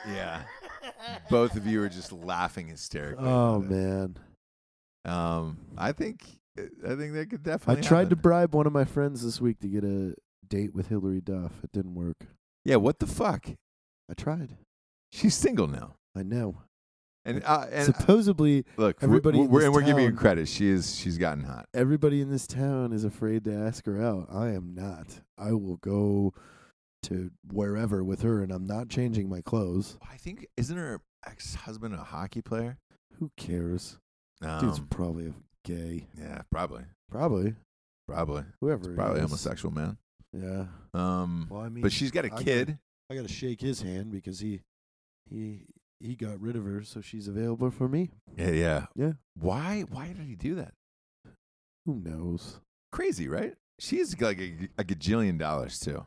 yeah. *laughs* Both of you are just laughing hysterically. Oh about it. man, Um, I think uh, I think that could I definitely. tried to happen. bribe one of my friends this week to get a date with Hillary Duff. It didn't work. yeah. What the fuck? I tried. She's single now. I know. And uh, and uh, Supposedly, look, we're- everybody We're, in we're- this and we're giving you town- credit. She is. She's gotten hot. everybody in this town is afraid to ask her out. I am not. I will go to wherever with her, and I'm not changing my clothes. I think isn't her ex husband a hockey player? Who cares? Dude's Um, probably a gay. yeah, probably, Probably probably, whoever. he probably is. homosexual man. Yeah. Um, Well, I mean, but she's got a I kid. I gotta shake his hand because he, he, he got rid of her, so she's available for me. Yeah, yeah, Yeah. Why? Why did he do that? Who knows? Crazy, right? She's got like a, a gajillion dollars too.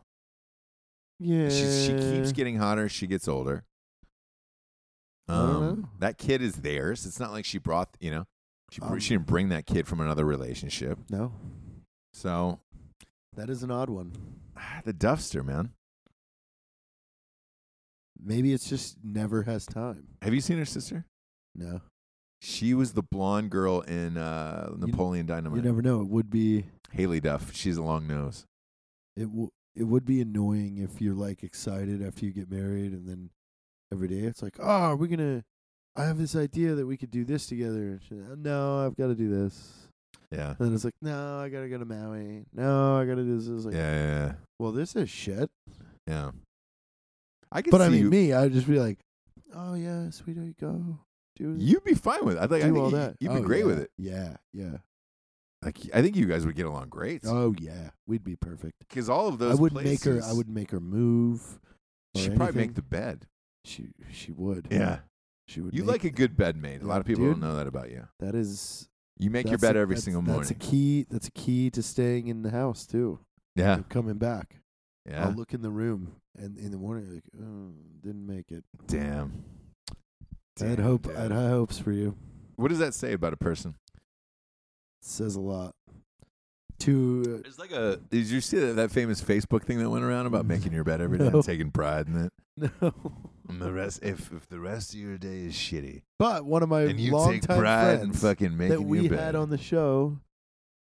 Yeah. She, she Eh. keeps getting hotter. She gets older. I don't Um, know. that kid is theirs. It's not like she brought, you know, she, br Um, she didn't bring that kid from another relationship. No, So that is an odd one. ah, the Duffster, man. Maybe it's just never has time. Have you seen her sister? No, She was the blonde girl in uh, Napoleon you Dynamite. never know. It would be Haley Duff. She's a long nose. it. W- it would be annoying if you're like excited after you get married, and then every day it's like, oh, are we gonna? I have this idea that we could do this together. And she- no, I've got to do this. Yeah. And then it's like, no, I gotta go to Maui. No, I gotta do this. It's Yeah. like, Yeah. yeah, well, this is shit. yeah. I could But see I mean, you. me, I'd just be like, oh yeah, sweetie, go do You'd be fine with it. I think, I do think all you- that. you'd be Oh, great yeah. with it. Yeah, yeah. Like, I think you guys would get along great. Oh yeah, we'd be perfect. Because all of those I would places, make her. I would make her move. or She'd probably anything. make the bed. She she would. she would. You make- like a good bed made. A lot of people Dude. don't know that about you. that is You make your that's bed a- every that's- single That's a morning. key. That's a key to staying in the house too. yeah. and Coming back, Yeah. I'll look in the room and in the morning like oh, didn't make it. Damn. I had Damn, hope. dude. I had high hopes for you. What does that say about a person? says a lot. To *laughs* It's like a. Did you see that, that famous Facebook thing that went around about making your bed every day No. and taking pride in it? uh, no. And the rest, if, if the rest of your day is shitty But one of my and you longtime take pride in friends fucking making that we your bed, had on the show,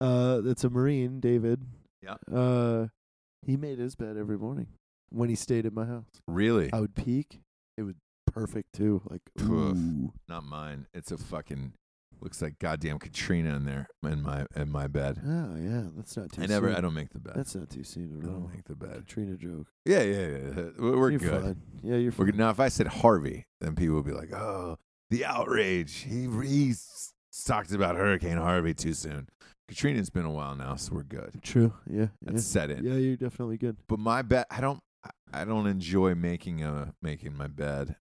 uh, that's a Marine, David. Yeah. Uh, he made his bed every morning when he stayed at my house. really I would peek. It was perfect too. Like, Poof. ooh. not mine. It's a fucking looks like goddamn Katrina in there in my in my bed. oh yeah, that's not too. I never. Soon. I don't make the bed. That's not too soon I at all. don't make the bed. Katrina joke. Yeah, yeah, yeah. yeah. We're we're you're good. Fine. Yeah, you're We're fine. good. Now, if I said Harvey, then people would be like, "Oh, the outrage! He he s- talked about Hurricane Harvey too soon." Katrina's been a while now, so we're good. True. Yeah. That's set yeah. in. yeah, you're definitely good. But my bed, I don't, I- I don't enjoy making a making my bed.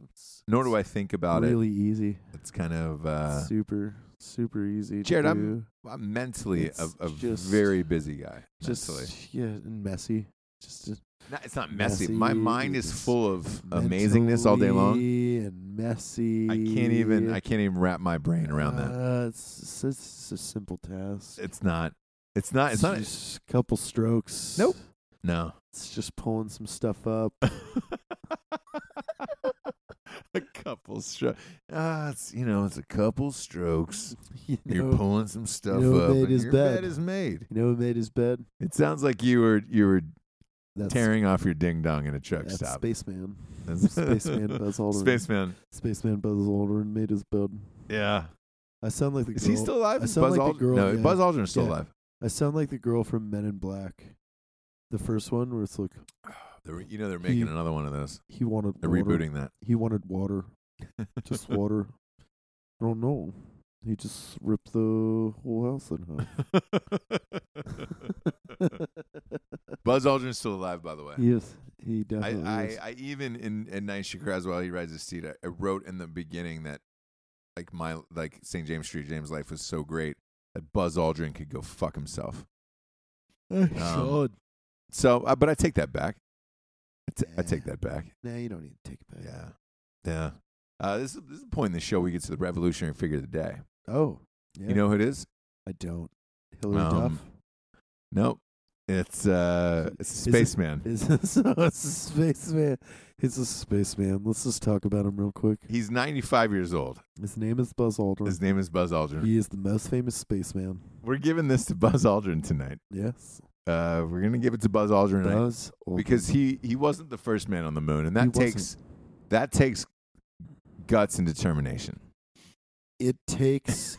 It's- Nor do it's I think about really easy. it. It's kind of uh, super, super easy. Jared, to I'm do. I'm mentally a, It's a just- very busy guy. just mentally. yeah, and messy. Just a- No, it's not messy. My Messy, mind is it's full of amazingness all day long. mentally and messy. I can't even I can't even wrap my brain around that. Uh, it's, it's it's a simple task. It's not. It's not. It's not. just a couple strokes. Nope. No. *laughs* It's just pulling some stuff up. *laughs* a couple strokes. Ah, it's you know, it's a couple *laughs* strokes. You know, You're pulling some stuff know what up, made and his your bed. bed? is made. you know who made his bed? It sounds like you were you were That's tearing off your ding dong in a truck that's stop. *laughs* Spaceman. That's- Spaceman *laughs* Buzz Aldrin. Spaceman. Spaceman Buzz Aldrin made his bed. Yeah. I sound like the Is girl. he still alive? I sound Buzz like the Aldrin. girl, no, yeah. Buzz Aldrin's still Yeah. alive. I sound like the girl from Men in Black, the first one where it's like They're- you know they're making He- another one of those. he wanted They're water. rebooting that. He wanted water, *laughs* just water. I don't know. He just ripped the whole house in half. *laughs* Buzz Aldrin's still alive, by the way. yes, he I, definitely I, is. I even in in Night She Cries While He Rides His Steed, I, I wrote in the beginning that like my like St. James Street James life was so great that Buzz Aldrin could go fuck himself. um, *laughs* Sean. So, uh, but I take that back. I, t- I Yeah. take that back. Nah, you don't need to take it back. Yeah, yeah. Uh, this, is- this is the point in the show we get to the revolutionary figure of the day. Oh, yeah. You know who it is? I don't. Hillary Um, Duff Nope. It's uh, it's Is it- Spaceman. is so it's a spaceman. He's a spaceman. Let's just talk about him real quick. He's 95 years old. His name is Buzz Aldrin. His name is Buzz Aldrin. he is the most famous spaceman. We're giving this to Buzz Aldrin tonight. Yes, Uh, we're gonna give it to Buzz Aldrin tonight Buzz Aldrin. because he he wasn't the first man on the moon, and He that wasn't. takes that takes guts and determination. it takes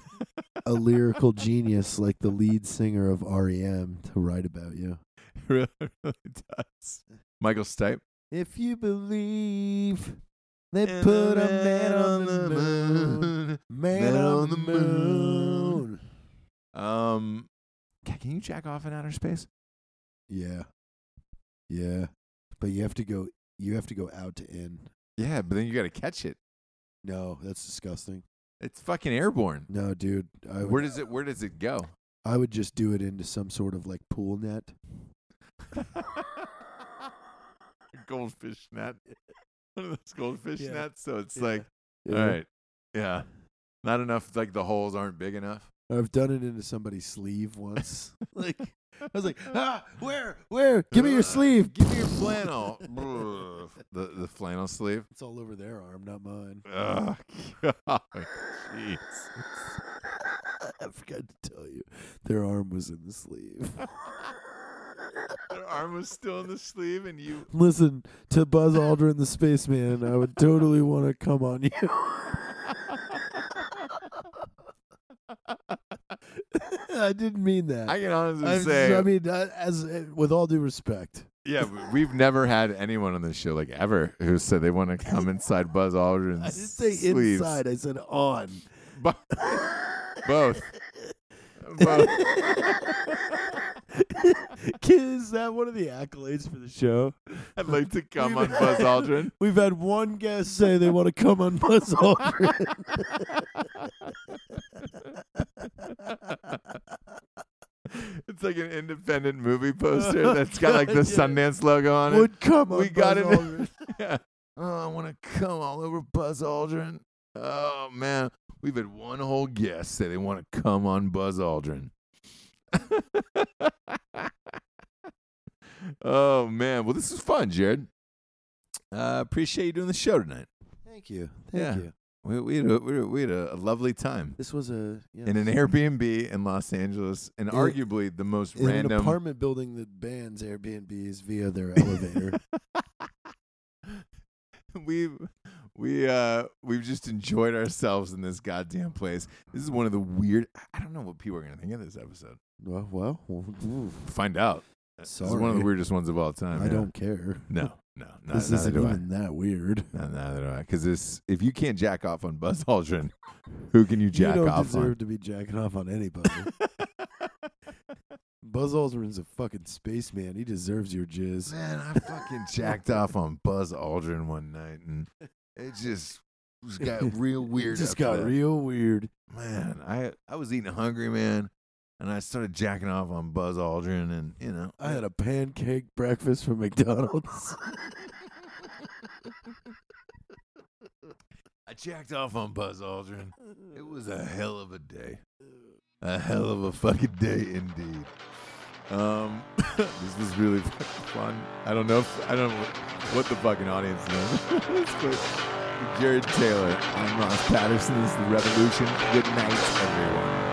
a lyrical genius like the lead singer of REM to write about you. *laughs* really, really does. Michael Stipe. If you believe they put a man on the moon, man on the moon. Um, ca- can you jack off in outer space? Yeah, yeah, but you have to go. You have to go out to in. Yeah, but then you got to catch it. No, that's disgusting. It's fucking airborne. No, dude, I Where would, does it Where does it go? I would just do it into some sort of like pool net. *laughs* goldfish net. *laughs* One of those goldfish Yeah. nets. So it's Yeah. like, all right, yeah, not enough. It's like the holes aren't big enough. I've done it into somebody's *laughs* sleeve once. *laughs* like I was like, ah, where, where? Give me your sleeve. uh, Give me your *laughs* flannel. Brr. the the flannel sleeve. It's all over their arm, not mine. *laughs* Ugh, *laughs* God, jeez. I forgot to tell you, their arm was in the sleeve. *laughs* Their arm was still in the sleeve, and you. Listen to Buzz Aldrin, the spaceman. I would totally want to come on you. *laughs* I didn't mean that. I can honestly I'm- say, I mean, uh, as uh, with all due respect, yeah, we- we've never had anyone on this show like ever who said they want to come inside Buzz Aldrin's I didn't say sleeves. inside. I said on. *laughs* Bo- both. Both. Is that one of the accolades for the show? I'd like to come on We've- Buzz *laughs* Aldrin. We've had one guest say they want to come *laughs* on Buzz Aldrin. It's like an independent movie poster *laughs* that's got like the Yeah. Sundance logo on it. Would come on. we got Buzz it. Aldrin. Yeah. Oh, I want to come all over Buzz Aldrin. Oh man, we've had one whole guest say they want to come on Buzz Aldrin. *laughs* oh man, well this is fun, Jared. Uh, appreciate you doing the show tonight. Thank you. Thank Yeah. you. We we had a, we had a, we had a lovely time This was a yeah, in an Airbnb in Los Angeles, and In- arguably the most in an random apartment building that bans Airbnbs via their *laughs* elevator. we we uh we've just enjoyed ourselves in this goddamn place. This is one of the weird. I- I don't know what people are gonna think of this episode. well, well, ooh, Find out. This is one of Sorry. the weirdest ones of all time. I yeah. don't care. No, no, no. this neither isn't do I. even that weird. No, neither do I. Because this, if you can't jack off on Buzz Aldrin, *laughs* who can you jack you don't off *laughs* deserve to be jacking off on anybody. Buzz Aldrin's a fucking spaceman. He deserves your on? jizz. Man, I fucking jacked off on Buzz Aldrin one night, and it just, just *laughs* got real weird. Just after got that. real weird. man, I I was eating hungry, man, and I started jacking off on Buzz Aldrin, and you know, I had a pancake breakfast from McDonald's. I jacked off on Buzz Aldrin. It was a hell of a day, a hell of a fucking day indeed. Um, *laughs* this was really *laughs* fucking fun. I don't know if I don't know what the fucking audience knows. *laughs* but Jared Taylor, I'm Ross Patterson. This is the Revolution. Good night, everyone.